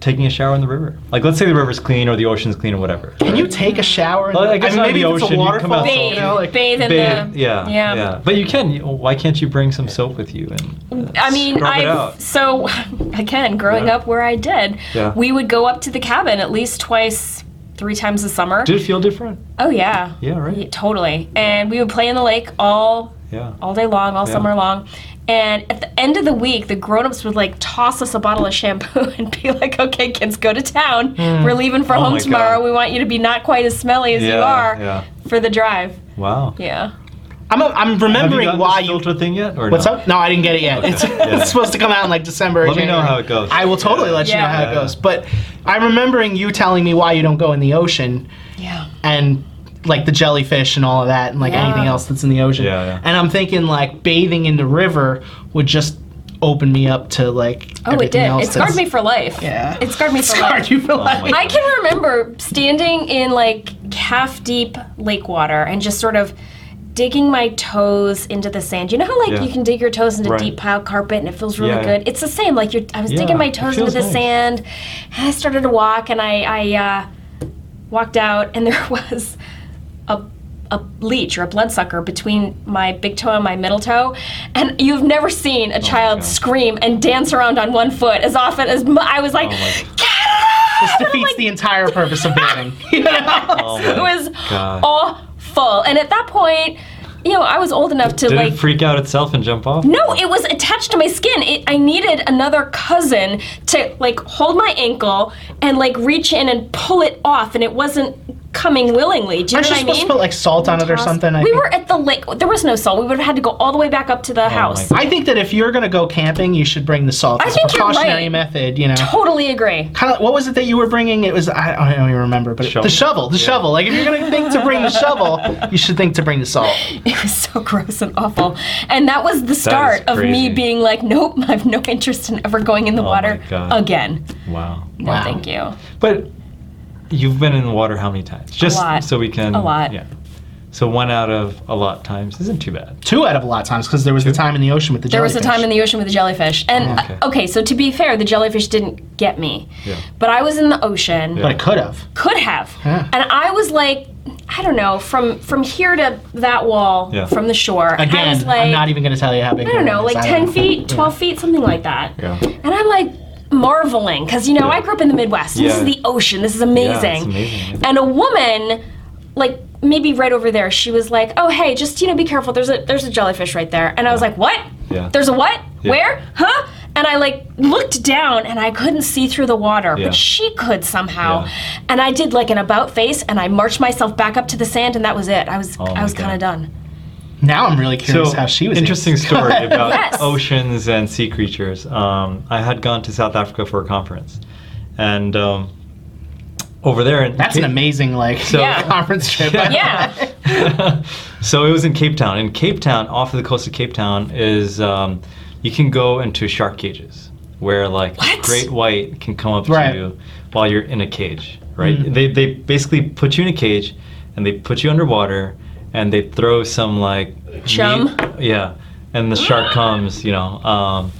S3: taking a shower in the river. Like, let's say the river's clean or the ocean's clean or whatever.
S2: can you take a shower? In
S3: Well, I guess not
S2: maybe
S3: the
S2: if it's a
S3: ocean, you come
S2: waterfall.
S3: out
S1: bathe,
S2: you know, like-
S1: bathe in
S3: Babe,
S1: the
S3: yeah, yeah, But you can. you- Why can't you bring some soap with you? And uh,
S1: I mean,
S3: scrub
S1: I
S3: it out.
S1: so again growing
S3: Yeah.
S1: up where I did,
S3: Yeah.
S1: we would go up to the cabin at least twice, three times a summer.
S3: Did it feel different?
S1: oh yeah.
S3: Yeah, right.
S1: Yeah, totally. And we would play in the lake all
S3: Yeah.
S1: all day long, all
S3: Yeah.
S1: summer long. And at the end of the week, the grown-ups would like toss us a bottle of shampoo and be like, "Okay, kids, go to town. We're leaving for home
S3: Hmm. Oh my
S1: tomorrow.
S3: God.
S1: We want you to be not quite as smelly as you
S3: Yeah,
S1: are
S3: yeah.
S1: for the drive."
S3: Wow.
S1: Yeah.
S2: I'm, I'm
S3: Have you
S2: remembering
S3: gotten
S2: why
S3: this
S2: you
S3: filter thing yet? Or
S2: What's
S3: no?
S2: up? No, I didn't get it yet. It's,
S3: Yeah.
S2: it's supposed to come out in like December. or
S3: Let me know
S2: January.
S3: how it goes.
S2: I will totally
S3: Yeah.
S2: let you know how it
S3: Yeah.
S2: goes. But I'm remembering you telling me why you don't go in the ocean
S1: Yeah.
S2: and like the jellyfish and all of that and like
S1: Yeah.
S2: anything else that's in the ocean.
S3: Yeah, yeah.
S2: And I'm thinking like bathing in the river would just open me up to like
S1: Oh, it
S2: everything
S1: did.
S2: else.
S1: It scarred
S2: that's-
S1: me for life.
S2: Yeah.
S1: It scarred me for life.
S2: Scarred you for life.
S3: Oh my God.
S1: I can remember standing in like calf deep lake water and just sort of digging my toes into the sand. You know how like
S3: Yeah.
S1: you can dig your toes into
S3: Right.
S1: deep pile carpet and it feels really
S3: Yeah, yeah.
S1: good. It's the same. Like you're, I was
S3: Yeah,
S1: digging my
S3: it
S1: toes into
S3: feels
S1: the
S3: nice.
S1: sand. And I started to walk and I, I uh, walked out and there was a a leech or a bloodsucker between my big toe and my middle toe, and you've never seen a child
S3: God.
S1: scream and dance around on one foot as often as mu- I was like,
S3: Oh my-
S1: get it out!
S2: This defeats the entire purpose of bathing. You know?
S3: Oh
S1: It
S3: my
S1: was
S3: God.
S1: awful. And at that point, you know, I was old enough to
S3: Did
S1: like
S3: it freak out itself and jump off?
S1: No, it was attached to my skin. It, I needed another cousin to like hold my ankle and like reach in and pull it off, and it wasn't coming willingly. Do you
S2: Aren't
S1: know what
S2: you
S1: I
S2: supposed to
S1: mean?
S2: put like salt on it or something? I
S1: we
S2: think.
S1: were at the lake. There was no salt. We would have had to go all the way back up to the house.
S3: Oh God.
S2: I think that if you're gonna go camping, you should bring the salt.
S1: I
S2: It's
S1: think
S2: a
S1: you're
S2: precautionary
S1: right.
S2: method, you know.
S1: Totally agree.
S2: Kind of, what was it that you were bringing? It was I, I don't even remember, but it-
S3: Shovel.
S2: the shovel, the shovel. Like if you're gonna think to bring the shovel, you should think to bring the salt.
S1: It was so gross and awful. And that was the start of me
S3: crazy. Oh
S1: being like, nope, I have no interest in ever going in the
S3: my
S1: water
S3: God.
S1: again.
S3: Wow.
S1: No,
S2: Wow.
S1: thank you.
S3: But you've been in the water how many times? Just
S1: lot.
S3: so we can
S1: A lot.
S3: Yeah. So one out of a lot times isn't too bad.
S2: Two out of a lot of times because there was the time in the ocean with the.
S1: There was a time in the ocean with the jellyfish. And uh, okay.
S3: Oh, Okay.
S1: so to be fair, the jellyfish didn't get me.
S3: Yeah.
S1: But I was in the ocean,
S2: but it could have.
S1: could have.
S2: Yeah.
S1: And I was like, I don't know, from from here to that wall
S3: Yeah.
S1: from the shore. I
S2: Again,
S1: was like,
S2: I'm not even gonna tell you how big.
S1: I don't know, like 10 feet, 12 feet, something like that.
S3: Yeah.
S1: And I'm like marveling because, you know, I grew up in the Midwest. This
S3: Yeah.
S1: is the ocean. This is amazing.
S3: amazing.
S1: And a woman, like, maybe right over there, she was like, oh, hey, just, you know, be careful. There's a, there's a jellyfish right there. And I was like, what?
S3: Yeah.
S1: There's a what?
S3: Yeah.
S1: Where? Huh? And I like looked down and I couldn't see through the water,
S3: Yeah.
S1: but she could somehow.
S3: Yeah.
S1: And I did like an about face and I marched myself back up to the sand and that was it. I was
S3: Oh my
S1: I was
S3: God.
S1: kind of done.
S2: Now I'm really curious how she was.
S3: interesting
S2: able-
S3: story about
S1: Yes.
S3: oceans and sea creatures. Um, I had gone to South Africa for a conference, and um, over there, in
S2: That's an amazing like
S1: Yeah.
S2: conference trip.
S1: Yeah.
S3: so it was in Cape Town. In Cape Town, off of the coast of Cape Town, is um, you can go into shark cages where like
S1: What?
S3: great white can come up
S2: Right.
S3: to you while you're in a cage, right? They they basically put you in a cage, and they put you underwater, and they throw some like
S1: Chum?
S3: meat- yeah, and the shark comes, you know. Um,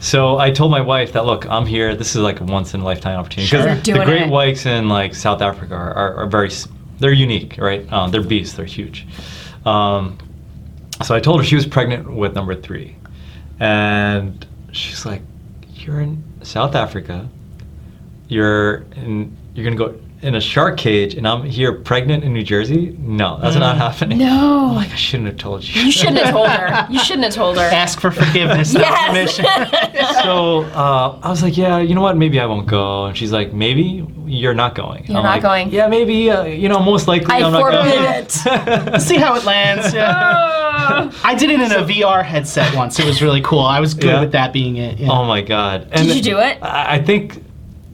S3: so I told my wife that look, I'm here. This is like a once in a lifetime opportunity. 'Cause
S2: Sure.
S1: Doing
S3: the great
S1: it.
S3: whites in like South Africa are, are, are very, s- they're unique, right? Uh, they're beasts. They're huge. Um, so I told her she was pregnant with number three, and she's like, "You're in South Africa. You're in. You're gonna go in a shark cage, and I'm here pregnant in New Jersey. No, that's not happening.
S1: Mm. No.
S3: like I shouldn't have told you.
S1: You shouldn't have told her. You shouldn't have told her.
S2: Ask for forgiveness, not permission.
S1: Yes.
S3: so uh, I was like, yeah, you know what? Maybe I won't go. And she's like, maybe you're not going.
S1: You're
S3: I'm
S1: not
S3: like,
S1: going.
S3: Yeah, maybe. Uh, you know, most likely
S1: I
S3: am not going.
S1: forbid it.
S2: See how it lands. Yeah.
S1: Oh.
S2: I did it in a VR headset once. It was really cool. I was good
S3: Yeah.
S2: with that being it. yeah.
S3: Oh my god! And
S1: Did you do it?
S3: I, I think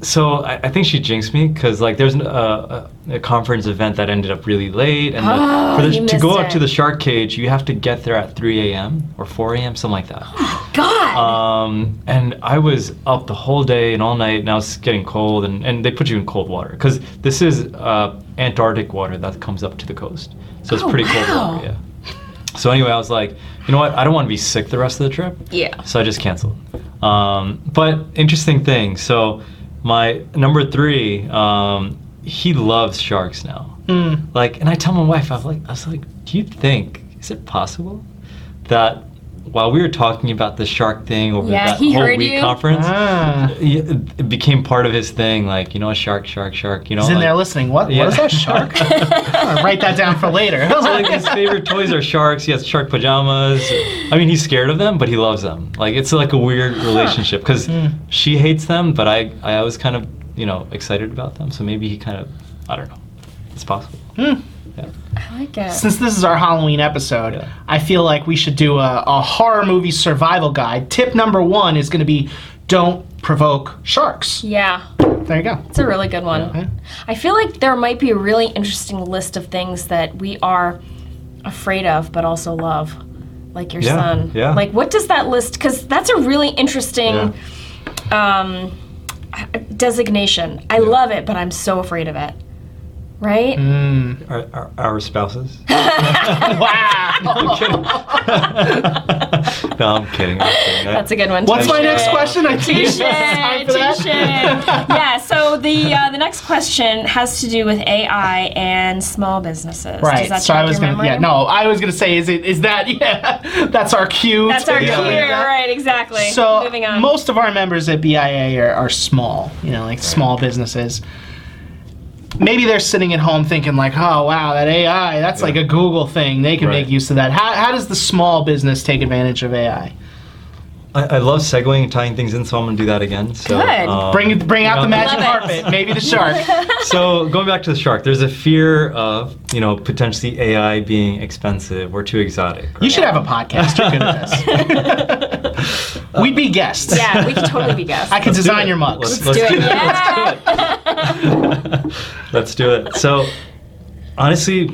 S3: so. I, I think she jinxed me because like there's an, uh, a, a conference event that ended up really late, and the,
S1: Oh,
S3: for the,
S1: you
S3: to go
S1: missed
S3: out to
S1: it.
S3: the shark cage, you have to get there at 3 a.m. or 4 a.m. something like that.
S1: God.
S3: Um, and I was up the whole day and all night, and I was getting cold, and, and they put you in cold water because this is uh, Antarctic water that comes up to the coast, so it's
S1: Oh,
S3: pretty
S1: wow.
S3: cold water. Yeah. So anyway, I was like, you know what? I don't want to be sick the rest of the trip.
S1: yeah.
S3: So I just canceled. Um, but interesting thing. So my number three, um, he loves sharks now.
S2: Hmm.
S3: Like, and I tell my wife, I was like, I was like, do you think is it possible that while we were talking about the shark thing over
S1: Yeah,
S3: that
S1: he
S3: whole
S1: heard
S3: week
S1: you.
S3: conference,
S2: Ah.
S3: he- it became part of his thing? Like, you know, shark, shark, shark. You know,
S2: He's in
S3: like-
S2: there listening. What?
S3: Yeah.
S2: What is that shark? I'll write that down for later.
S3: So, like his favorite toys are sharks. He has shark pajamas. I mean, he's scared of them, but he loves them. Like it's like a weird relationship because
S2: Hmm.
S3: she hates them, but I I was kind of you know excited about them. So maybe he kind of I don't know. It's possible.
S1: I like it.
S2: Since this is our Halloween episode,
S3: Yeah.
S2: I feel like we should do a, a horror movie survival guide. Tip number one is going to be don't provoke sharks.
S1: Yeah.
S2: There you go.
S1: It's a really good one.
S2: Yeah.
S1: I feel like there might be a really interesting list of things that we are afraid of but also love. Like your
S3: Yeah,
S1: son.
S3: yeah.
S1: Like what does that list because that's a really interesting
S3: Yeah.
S1: um, designation. I love it, but I'm so afraid of it. Right?
S2: Mm. Hmm.
S3: Our, our, our spouses.
S2: Wow.
S3: no, I'm kidding. I'm kidding. I-
S1: That's a good one.
S2: What's
S1: too.
S2: my next
S1: Touche.
S2: question? I think
S1: Touche,
S2: it's time for that.
S1: touche. yeah, so the uh, the next question has to do with AI and small businesses. Does
S2: Right.
S1: that
S2: So I
S1: jog
S2: was
S1: your
S2: gonna.
S1: memory?
S2: Yeah. No, I was gonna say, is it? Is that? Yeah. That's our cue.
S1: That's
S2: to
S1: our
S2: go
S1: cue.
S3: Yeah.
S2: into that.
S1: Right. Exactly.
S2: So
S1: moving on.
S2: most of our members at BIA are, are small, you know, like small businesses. Maybe they're sitting at home thinking like, oh wow, that AI, that's like a Google thing. They can
S3: Right.
S2: make use of that. How, how does the small business take advantage of AI?
S3: I, I love segueing and tying things in, so I'm going to do that again. So,
S1: Good.
S3: um,
S2: Bring it- bring out
S3: you
S2: the
S3: know,
S2: magic
S1: Love it.
S2: carpet, maybe the shark.
S3: so going back to the shark, there's a fear of you know potentially AI being expensive or too exotic.
S2: you should have a podcast. You're good at this. We'd be guests.
S1: yeah, we could totally be guests.
S2: I could
S3: Let's do
S2: design
S3: it.
S2: your mugs.
S3: Let's
S1: do it.
S3: do it.
S1: Yeah.
S3: Let's do it. So, honestly,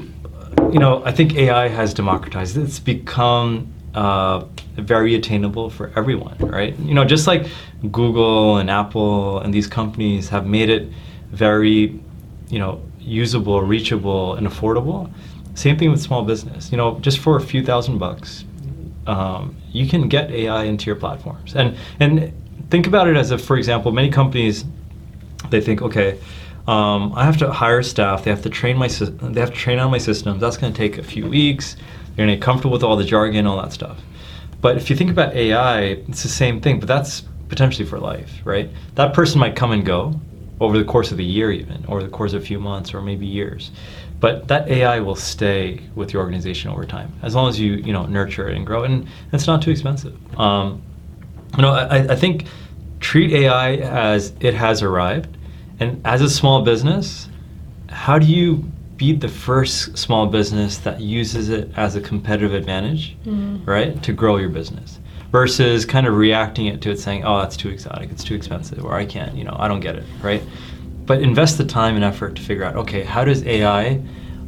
S3: you know, I think AI has democratized. It's become uh, very attainable for everyone, right? You know, just like Google and Apple and these companies have made it very, you know, usable, reachable, and affordable. Same thing with small business. You know, just for a few thousand bucks, um, you can get AI into your platforms. And and think about it as if, for example, many companies they think, okay, um, I have to hire staff. They have to train my sys- they have to train on my systems. That's going to take a few weeks. They're going to get comfortable with all the jargon, all that stuff. But if you think about AI, it's the same thing. But that's potentially for life, right? That person might come and go over the course of a year, even over the course of a few months, or maybe years. But that AI will stay with your organization over time, as long as you you know nurture it and grow. it. And it's not too expensive. Um, you know, I, I- I think treat AI as it has arrived, and as a small business, how do you be the first small business that uses it as a competitive advantage, right, to grow your business, versus kind of reacting it to it, saying, "Oh, that's too exotic, it's too expensive, or I can't, you know, I don't get it," right? But invest the time and effort to figure out, okay, how does AI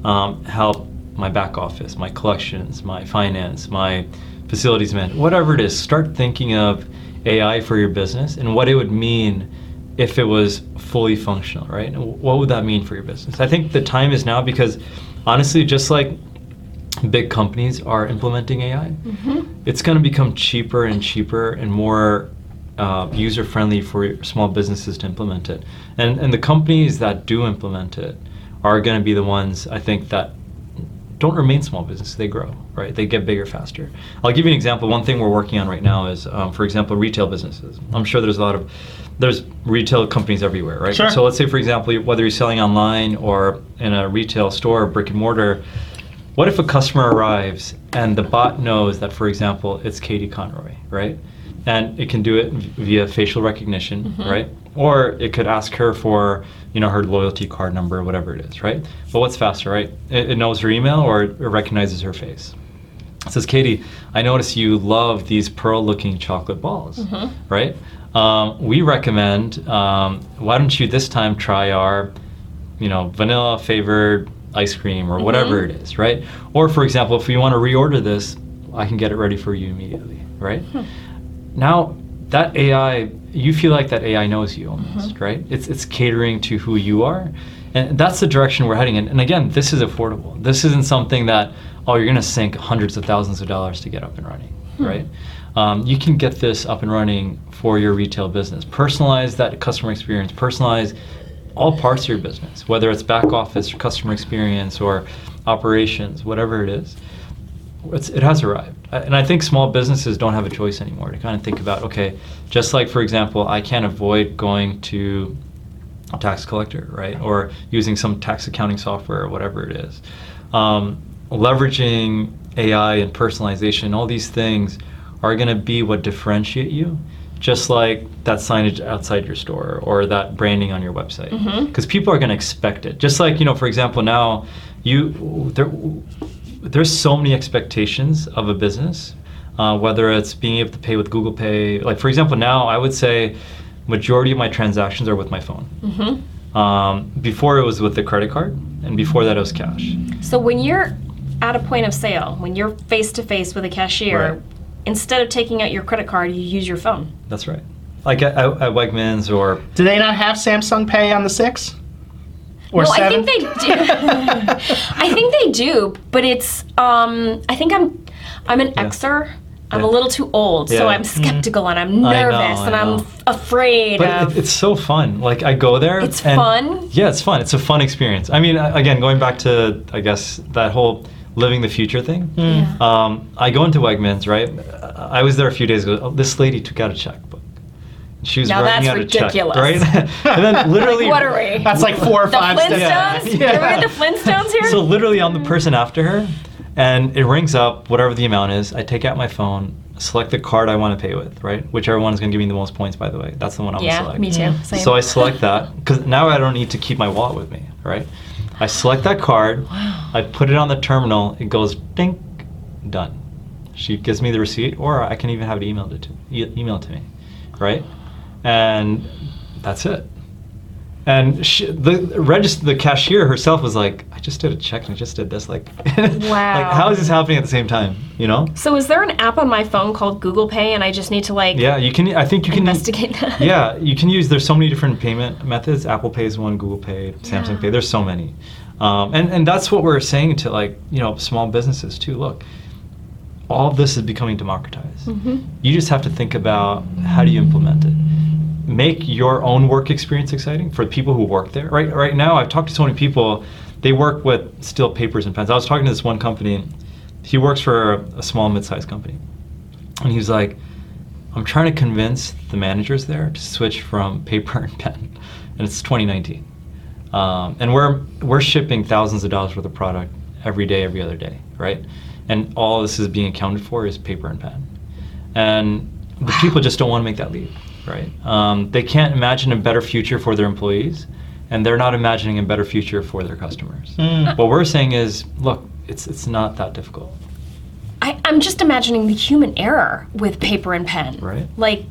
S3: um, help my back office, my collections, my finance, my facilities man, whatever it is, start thinking of AI for your business and what it would mean if it was fully functional, right? And wh- What would that mean for your business? I think the time is now because honestly, just like big companies are implementing AI, it's going to become cheaper and cheaper and more uh, user friendly for your small businesses to implement it. And, and the companies that do implement it are going to be the ones I think that don't remain small business they grow right they get bigger faster i'll give you an example one thing we're working on right now is um, for example retail businesses i'm sure there's a lot of there's retail companies everywhere right
S2: Sure.
S3: so let's say for example you- whether you're selling online or in a retail store brick and mortar what if a customer arrives and the bot knows that for example it's katie conroy right and it can do it v- via facial recognition right or it could ask her for you know her loyalty card number whatever it is right but what's faster right it, it knows her email or it recognizes her face it says katie i notice you love these pearl looking chocolate balls right um, we recommend um, why don't you this time try our you know vanilla flavored ice cream or whatever it is right or for example if you want to reorder this i can get it ready for you immediately right now that AI, you feel like that AI knows you almost, right? It's it's catering to who you are, and that's the direction we're heading in. And again, this is affordable. This isn't something that oh you're going to sink hundreds of thousands of dollars to get up and running, right? Um, you can get this up and running for your retail business. Personalize that customer experience. Personalize all parts of your business, whether it's back office, or customer experience, or operations, whatever it is it's, it has arrived. I- And I think small businesses don't have a choice anymore to kind of think about, okay, just like, for example, I can't avoid going to a tax collector, right? Or using some tax accounting software or whatever it is. Um, leveraging AI and personalization, all these things are going to be what differentiate you, just like that signage outside your store or that branding on your website. Because people are going to expect it. Just like, you know, for example, now you, there, there's so many expectations of a business, uh, whether it's being able to pay with Google Pay. Like for example, now I would say majority of my transactions are with my phone.
S1: Mm-hmm.
S3: Um, before it was with the credit card, and before that it was cash.
S1: So when you're at a point of sale, when you're face to face with a cashier,
S3: Right.
S1: instead of taking out your credit card, you use your phone.
S3: That's right. Like at, at, at Wegmans or
S2: Do they not have Samsung Pay on the six? Or
S1: no,
S2: seven?
S1: I think they do. I think they do, but it's um I think I'm I'm an Xer. I'm
S3: Yeah.
S1: a little too old, so
S3: Yeah. Mm-hmm.
S1: I'm skeptical and I'm
S3: I know,
S1: nervous
S3: I
S1: and I'm
S3: know.
S1: afraid
S3: But
S1: of.
S3: it, it's so fun. Like I go there.
S1: It's
S3: and-
S1: fun?
S3: Yeah, it's fun. It's a fun experience. I mean, a- again, going back to I guess that whole living the future thing.
S1: Yeah.
S2: Uh,
S3: Um, I go into Wegmans, right? I was there a few days ago. Oh, this lady took out a checkbook. She was
S1: Now
S3: writing
S1: that's
S3: out
S1: ridiculous.
S3: a check, right? and then literally,
S1: what are we?
S2: That's like four or
S1: the
S2: five steps.
S1: Flintstones?
S3: Yeah.
S1: Remember the Flintstones here?
S3: So literally, I'm the person after her, and it rings up whatever the amount is. I take out my phone, select the card I want to pay with, right? Whichever one is going to give me the most points, by the way. That's the one I'm
S1: yeah,
S3: going to select.
S1: me too. Same.
S3: So I select that because now I don't need to keep my wallet with me, right? I select that card. I put it on the terminal. It goes dink, done. She gives me the receipt, or I can even have it emailed it to e- emailed to me, right? And that's it. And she, the register, the cashier herself was like, "I just did a check and I just did this." Like, like
S1: Wow.
S3: how is this happening at the same time? You know?
S1: So is there an app on my phone called Google Pay, and I just need to like
S3: Yeah, you can. I think you can
S1: investigate that?
S3: yeah, you can use. There's so many different payment methods. Apple Pay is one. Google Pay, Samsung
S1: Yeah.
S3: Pay. There's so many, um, and and that's what we're saying to like you know small businesses too. Look, all of this is becoming democratized.
S1: Mhm.
S3: You just have to think about how do you implement it. Make your own work experience exciting for the people who work there. Right right now, I've talked to so many people. They work with still papers and pens. I was talking to this one company. He works for a, a small mid-sized company, and he was like, I'm trying to convince the managers there to switch from paper and pen, and it's 2019, um, and we're we're shipping thousands of dollars worth of product every day, every other day, right? And all this is being accounted for is paper and pen, and the people just don't want to make that leap, right? Um, they can't imagine a better future for their employees, and they're not imagining a better future for their customers.
S2: Mm.
S3: What we're saying is, look, it's it's not that difficult,
S1: I, I'm just imagining the human error with paper and pen.
S3: Right.
S1: Like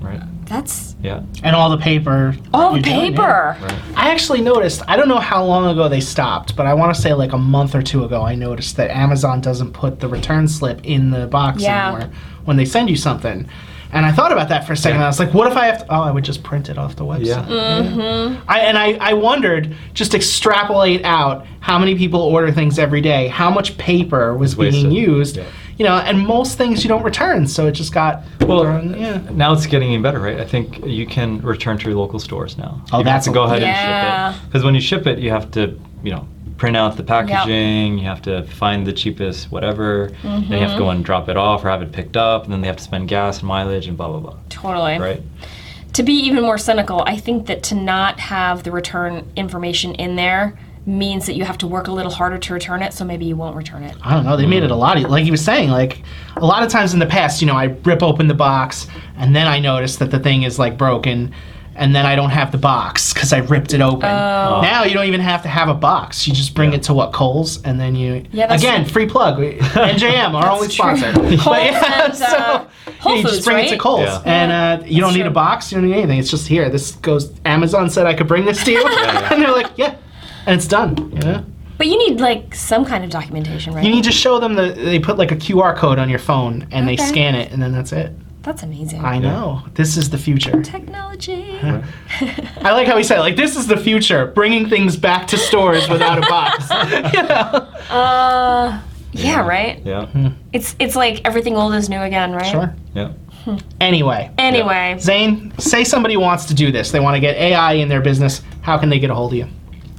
S3: right?
S1: that's
S3: Yeah,
S2: And all the paper.
S1: all
S2: you're doing, yeah.
S1: paper.
S3: right.
S2: I actually noticed, I don't know how long ago they stopped, but I want to say like a month or two ago, I noticed that Amazon doesn't put the return slip in the box
S1: Yeah.
S2: anymore when they send you something. And I thought about that for a second.
S3: Yeah.
S2: I was like, what if I have to? Oh, I would just print it off the website.
S3: Yeah.
S1: Mm-hmm.
S2: I, and I, I wondered, just extrapolate out how many people order things every day, how much paper was being
S3: Wasted.
S2: used,
S3: Yeah.
S2: you know, and most things you don't return, so it just got
S3: Well,
S2: thrown- yeah.
S3: now it's getting even better, right? I think you can return to your local stores now.
S2: Oh,
S3: you don't have
S2: that's
S3: to go
S2: a-
S3: ahead
S1: Yeah.
S3: and ship it because when you ship it, you have to, you know, print out the packaging. You have to find the cheapest whatever. Then you have to go and drop it off or have it picked up, and then they have to spend gas and mileage and blah blah blah,
S1: Totally.
S3: right?
S1: To be even more cynical, I think that to not have the return information in there means that you have to work a little harder to return it, so maybe you won't return it.
S2: I don't know. They made it a lot. e- Like he was saying, like a lot of times in the past, you know, I rip open the box and then I notice that the thing is like broken, and then I don't have the box because I ripped it open.
S1: Oh.
S2: Now you don't even have to have a box. You just bring it to what Coles, and then you
S1: Yeah, that's-
S2: again free plug. We- NJM our only
S1: true.
S2: sponsor.
S1: Coles and, uh, Whole
S2: yeah, you
S1: Foods,
S2: just bring it to
S1: right?
S2: Coles,
S3: Yeah.
S2: and uh, you don't
S1: That's
S2: need a
S1: true.
S2: box. You don't need anything. It's just here. This goes. Amazon said I could bring this to you,
S3: yeah.
S2: and they're like, yeah, and it's done. You know.
S1: But you need like some kind of documentation, right?
S2: You need to show them that they put like a QR code on your phone and they
S1: Okay.
S2: scan it and then that's it.
S1: That's amazing.
S2: I know. This is the future.
S1: Technology.
S2: I like how he said, like, this is the future, bringing things back to stores without a box. you know?
S1: Uh, yeah, right.
S3: Yeah,
S1: It's it's like everything old is new again, right?
S2: Sure.
S3: yeah.
S2: Anyway,
S1: Anyway,
S2: Zane, say somebody wants to do this. They want to get AI in their business. How can they get a hold of you?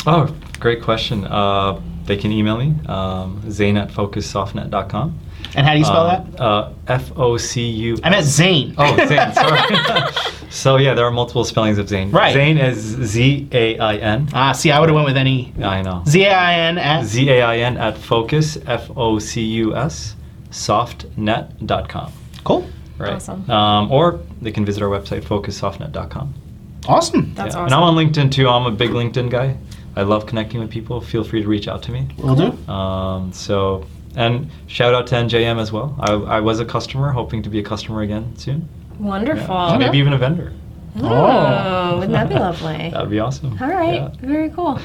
S3: Oh, great question. Uh, they can email me, um, Zane at focussoftnet.com.
S2: And how do you spell that?
S3: Uh, F O C U.
S2: I meant Zane.
S3: Oh, Zane, sorry. so yeah, there are multiple spellings of Zane.
S2: Right.
S3: Zane is Z A I N.
S2: ah, see, I would have went with any
S3: I know.
S2: Uh, Z A I N at
S3: Z A I N at focus F O C U S softnet.com.
S2: Cool.
S3: Right.
S1: Awesome.
S3: Um, or they can visit our website focussoftnet.com.
S2: Awesome.
S1: that's
S3: Yeah. And I'm
S1: awesome.
S3: on LinkedIn too. I'm a big LinkedIn guy. I love connecting with people. Feel free to reach out to me.
S2: Will do.
S3: Um, so and shout out to NJM as well. I, I was a customer, hoping to be a customer again soon. Yeah.
S1: Wonderful.
S3: Maybe even a vendor.
S1: Oh, wouldn't that be lovely?
S3: That'd be awesome.
S1: All right,
S3: Yeah.
S1: very cool.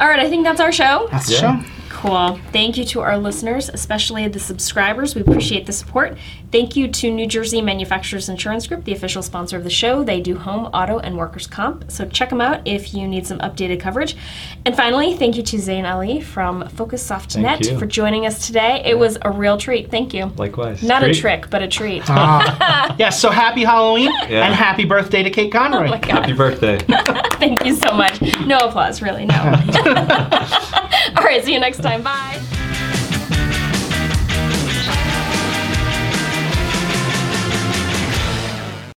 S1: All right, I think that's our show.
S2: That's
S3: Yeah.
S2: the show.
S1: Cool. Thank you to our listeners, especially the subscribers. We appreciate the support. Thank you to New Jersey Manufacturers Insurance Group, the official sponsor of the show. They do home, auto, and workers' comp. So check them out if you need some updated coverage. And finally, thank you to Zain Ali from Focus
S3: Thank
S1: SoftNet
S3: you.
S1: for joining us today. It was a real treat. Thank you.
S3: Likewise.
S1: Not
S3: Great.
S1: a trick, but a treat.
S3: Ah.
S2: Ah. Yes, so happy Halloween
S3: Yeah.
S2: and happy birthday to Kate Conroy.
S1: Oh my God.
S3: Happy birthday.
S1: Thank you so much. No applause, really, no. All right, see you next time. Bye.